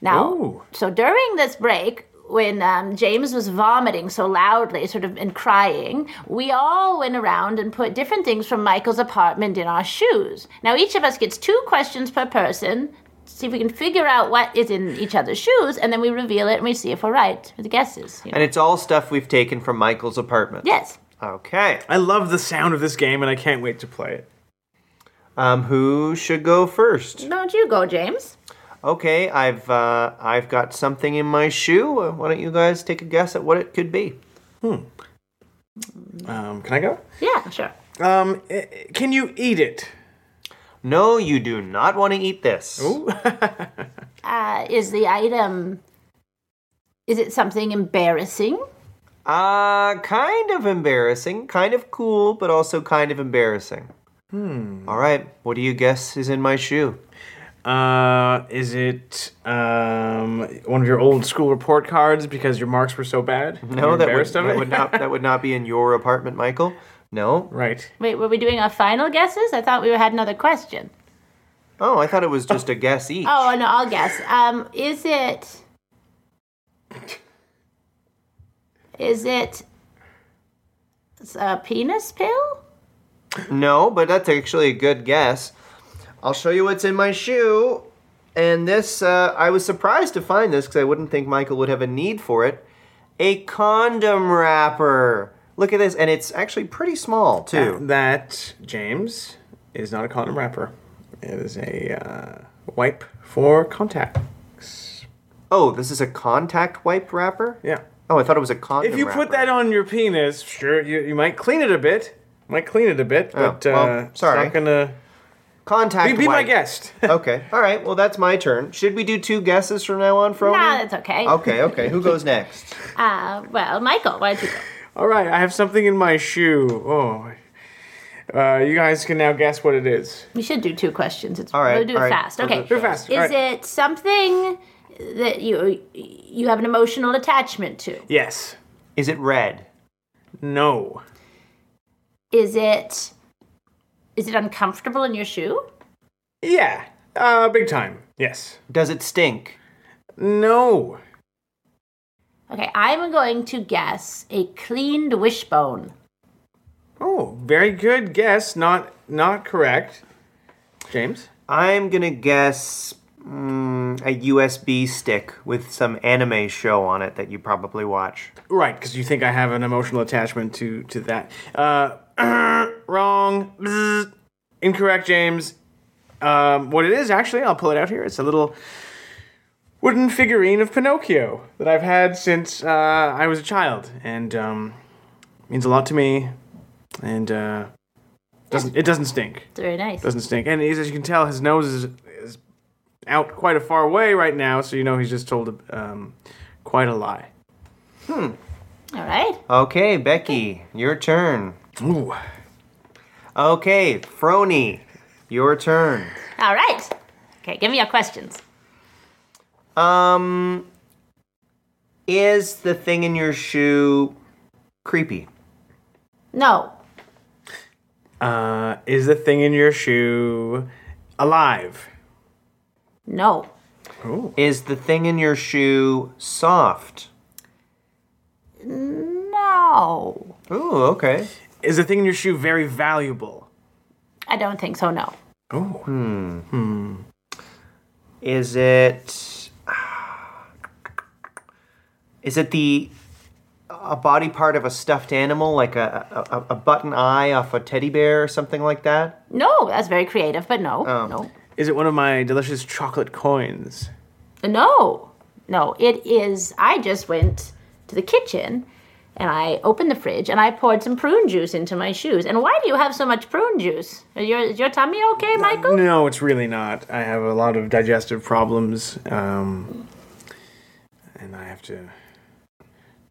[SPEAKER 3] Now,
[SPEAKER 2] Ooh.
[SPEAKER 3] so during this break, when um, James was vomiting so loudly, sort of and crying, we all went around and put different things from Michael's apartment in our shoes. Now, each of us gets two questions per person. See if we can figure out what is in each other's shoes, and then we reveal it and we see if we're right with the guesses. you know.
[SPEAKER 1] And it's all stuff we've taken from Michael's apartment.
[SPEAKER 3] Yes.
[SPEAKER 1] Okay.
[SPEAKER 2] I love the sound of this game and I can't wait to play it.
[SPEAKER 1] Um, who should go first?
[SPEAKER 3] Don't you go, James?
[SPEAKER 1] Okay, I've uh, I've got something in my shoe. Uh, Why don't you guys take a guess at what it could be?
[SPEAKER 2] Um, can I go?
[SPEAKER 3] Yeah, sure.
[SPEAKER 2] Um, i- i- can you eat it?
[SPEAKER 1] No, you do not want to eat this.
[SPEAKER 3] uh, is the item is it something embarrassing
[SPEAKER 1] Uh, kind of embarrassing, kind of cool, but also kind of embarrassing. Hmm. All right, what do you guess is in my shoe?
[SPEAKER 2] Uh, is it um, one of your old school report cards because your marks were so bad?
[SPEAKER 1] No,
[SPEAKER 2] and you're
[SPEAKER 1] that would,
[SPEAKER 2] embarrassed of
[SPEAKER 1] that
[SPEAKER 2] it?
[SPEAKER 1] would not that would not be in your apartment, Michael. No.
[SPEAKER 2] right.
[SPEAKER 3] wait were we doing our final guesses i thought we had another question
[SPEAKER 1] Oh, I thought it was just a guess each.
[SPEAKER 3] oh no i'll guess um is it is it a penis pill
[SPEAKER 1] No, but that's actually a good guess. I'll show you what's in my shoe. And this, uh, I was surprised to find this because I wouldn't think Michael would have a need for it. A condom wrapper. Look at this, and it's actually pretty small too.
[SPEAKER 2] That James is not a condom wrapper. It is a uh, wipe for contacts.
[SPEAKER 1] Oh, this is a contact wipe wrapper?
[SPEAKER 2] Yeah.
[SPEAKER 1] Oh, I thought it was a condom
[SPEAKER 2] If you put
[SPEAKER 1] wrapper.
[SPEAKER 2] that on your penis, sure, you, you might clean it a bit. Might clean it a bit,
[SPEAKER 1] Oh,
[SPEAKER 2] but
[SPEAKER 1] well,
[SPEAKER 2] uh,
[SPEAKER 1] sorry.
[SPEAKER 2] it's not gonna.
[SPEAKER 1] Contact
[SPEAKER 2] Be, be my
[SPEAKER 1] wipe.
[SPEAKER 2] guest.
[SPEAKER 1] okay. All right. Well, that's my turn. Should we do two guesses from now on, Frony?
[SPEAKER 3] nah that's okay
[SPEAKER 1] Okay, okay. Who goes next?
[SPEAKER 3] uh, well michael why don't you go
[SPEAKER 2] All right, I have something in my shoe. Oh, uh, you guys can now guess what it is.
[SPEAKER 3] we should do two questions it's
[SPEAKER 1] All right,
[SPEAKER 3] we'll do it
[SPEAKER 1] all right.
[SPEAKER 3] fast
[SPEAKER 1] We'll
[SPEAKER 3] okay
[SPEAKER 1] do
[SPEAKER 2] Too fast.
[SPEAKER 3] Is
[SPEAKER 2] All right.
[SPEAKER 3] it something that you you have an emotional attachment to?
[SPEAKER 2] Yes.
[SPEAKER 1] Is it red?
[SPEAKER 2] No.
[SPEAKER 3] Is it is it uncomfortable in your shoe?
[SPEAKER 2] Yeah. Uh, big time. Yes.
[SPEAKER 1] Does it stink?
[SPEAKER 2] No.
[SPEAKER 3] Okay, I'm going to guess a cleaned wishbone.
[SPEAKER 2] Oh, very good guess. Not not correct. James.
[SPEAKER 1] I'm gonna guess mm, a USB stick with some anime show on it that you probably watch.
[SPEAKER 2] Right, because you think I have an emotional attachment to to that. Uh, wrong. Bzzz. Incorrect, James. Um, what it is actually, I'll pull it out here. It's a little wooden figurine of Pinocchio that I've had since uh, I was a child, and um, means a lot to me. And uh, doesn't it doesn't stink?
[SPEAKER 3] It's very nice.
[SPEAKER 2] Doesn't stink. And he's- as you can tell, his nose is, is out quite a far way right now, so you know he's just told um, quite a lie.
[SPEAKER 3] All right.
[SPEAKER 1] Okay, Becky, your turn.
[SPEAKER 2] Ooh.
[SPEAKER 1] Okay, Frony, your turn.
[SPEAKER 3] All right. Okay, give me your questions.
[SPEAKER 1] Um, is the thing in your shoe creepy?
[SPEAKER 3] No.
[SPEAKER 2] Uh, is the thing in your shoe alive?
[SPEAKER 3] No.
[SPEAKER 2] Ooh.
[SPEAKER 1] Is the thing in your shoe soft?
[SPEAKER 3] No.
[SPEAKER 1] Ooh, okay.
[SPEAKER 2] Is the thing in your shoe very valuable?
[SPEAKER 3] I don't think so, no.
[SPEAKER 2] Oh.
[SPEAKER 1] Is it? Is it the a body part of a stuffed animal, like a a, a button eye off a teddy bear or something like that?
[SPEAKER 3] No, that's very creative, but no. No.
[SPEAKER 2] Is it one of my delicious chocolate coins?
[SPEAKER 3] No, no, it is. I just went to the kitchen and I opened the fridge and I poured some prune juice into my shoes. And why do you have so much prune juice? Is your, is your tummy okay, Michael?
[SPEAKER 2] No, it's really not. I have a lot of digestive problems, um, and I have to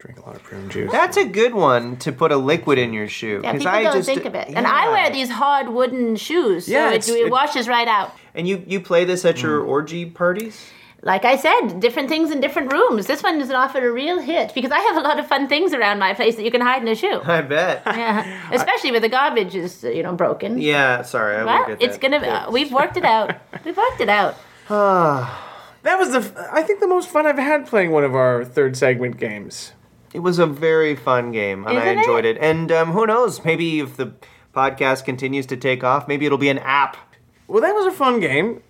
[SPEAKER 2] drink a lot of prune juice.
[SPEAKER 1] That's a good one to put a liquid in your shoe.
[SPEAKER 3] Yeah,
[SPEAKER 1] 'cause
[SPEAKER 3] people
[SPEAKER 1] I
[SPEAKER 3] don't
[SPEAKER 1] just-
[SPEAKER 3] think of it. And I
[SPEAKER 1] Yeah.
[SPEAKER 3] wear these hard wooden shoes, so
[SPEAKER 2] Yeah,
[SPEAKER 3] it,
[SPEAKER 2] it's-
[SPEAKER 3] it
[SPEAKER 2] it-
[SPEAKER 3] washes right out.
[SPEAKER 1] And you you play this at your orgy parties?
[SPEAKER 3] Like I said, different things in different rooms. This one is often a real hit because I have a lot of fun things around my place that you can hide in a shoe.
[SPEAKER 1] I bet.
[SPEAKER 3] Yeah, especially where the garbage is, uh, you know, broken.
[SPEAKER 1] yeah, sorry, I
[SPEAKER 3] Well,
[SPEAKER 1] will get
[SPEAKER 3] it's
[SPEAKER 1] that.
[SPEAKER 3] gonna. Uh, we've worked it out. We've worked it out.
[SPEAKER 2] That was the f- I think the most fun I've had playing one of our third segment games.
[SPEAKER 1] It was a very fun game, and I
[SPEAKER 3] Isn't it?
[SPEAKER 1] enjoyed it. And um, who knows? Maybe if the podcast continues to take off, maybe it'll be an app.
[SPEAKER 2] Well, that was a fun game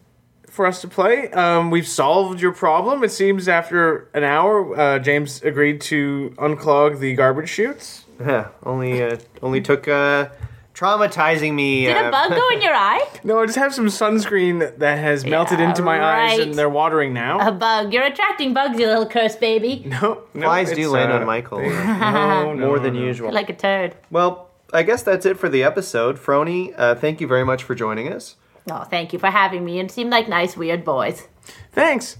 [SPEAKER 2] for us to play. Um, we've solved your problem. It seems after an hour, uh, James agreed to unclog the garbage chutes.
[SPEAKER 1] Huh, only uh, only took uh, traumatizing me.
[SPEAKER 3] Did
[SPEAKER 1] uh,
[SPEAKER 3] a bug go in your eye?
[SPEAKER 2] No, I just have some sunscreen that has melted
[SPEAKER 3] Yeah,
[SPEAKER 2] into my eyes
[SPEAKER 3] right. Uh,
[SPEAKER 2] and they're watering now.
[SPEAKER 3] A bug. You're attracting bugs, you little curse baby.
[SPEAKER 2] no, no,
[SPEAKER 1] Flies do
[SPEAKER 2] it's,
[SPEAKER 1] land
[SPEAKER 2] uh,
[SPEAKER 1] on Michael
[SPEAKER 2] they-
[SPEAKER 1] uh,
[SPEAKER 2] no, no,
[SPEAKER 1] more than
[SPEAKER 2] no.
[SPEAKER 1] usual.
[SPEAKER 3] Like a turd.
[SPEAKER 1] well, I guess that's it for the episode. Frony, uh, thank you very much for joining us.
[SPEAKER 3] Oh, thank you for having me. And seem like nice, weird boys.
[SPEAKER 2] Thanks.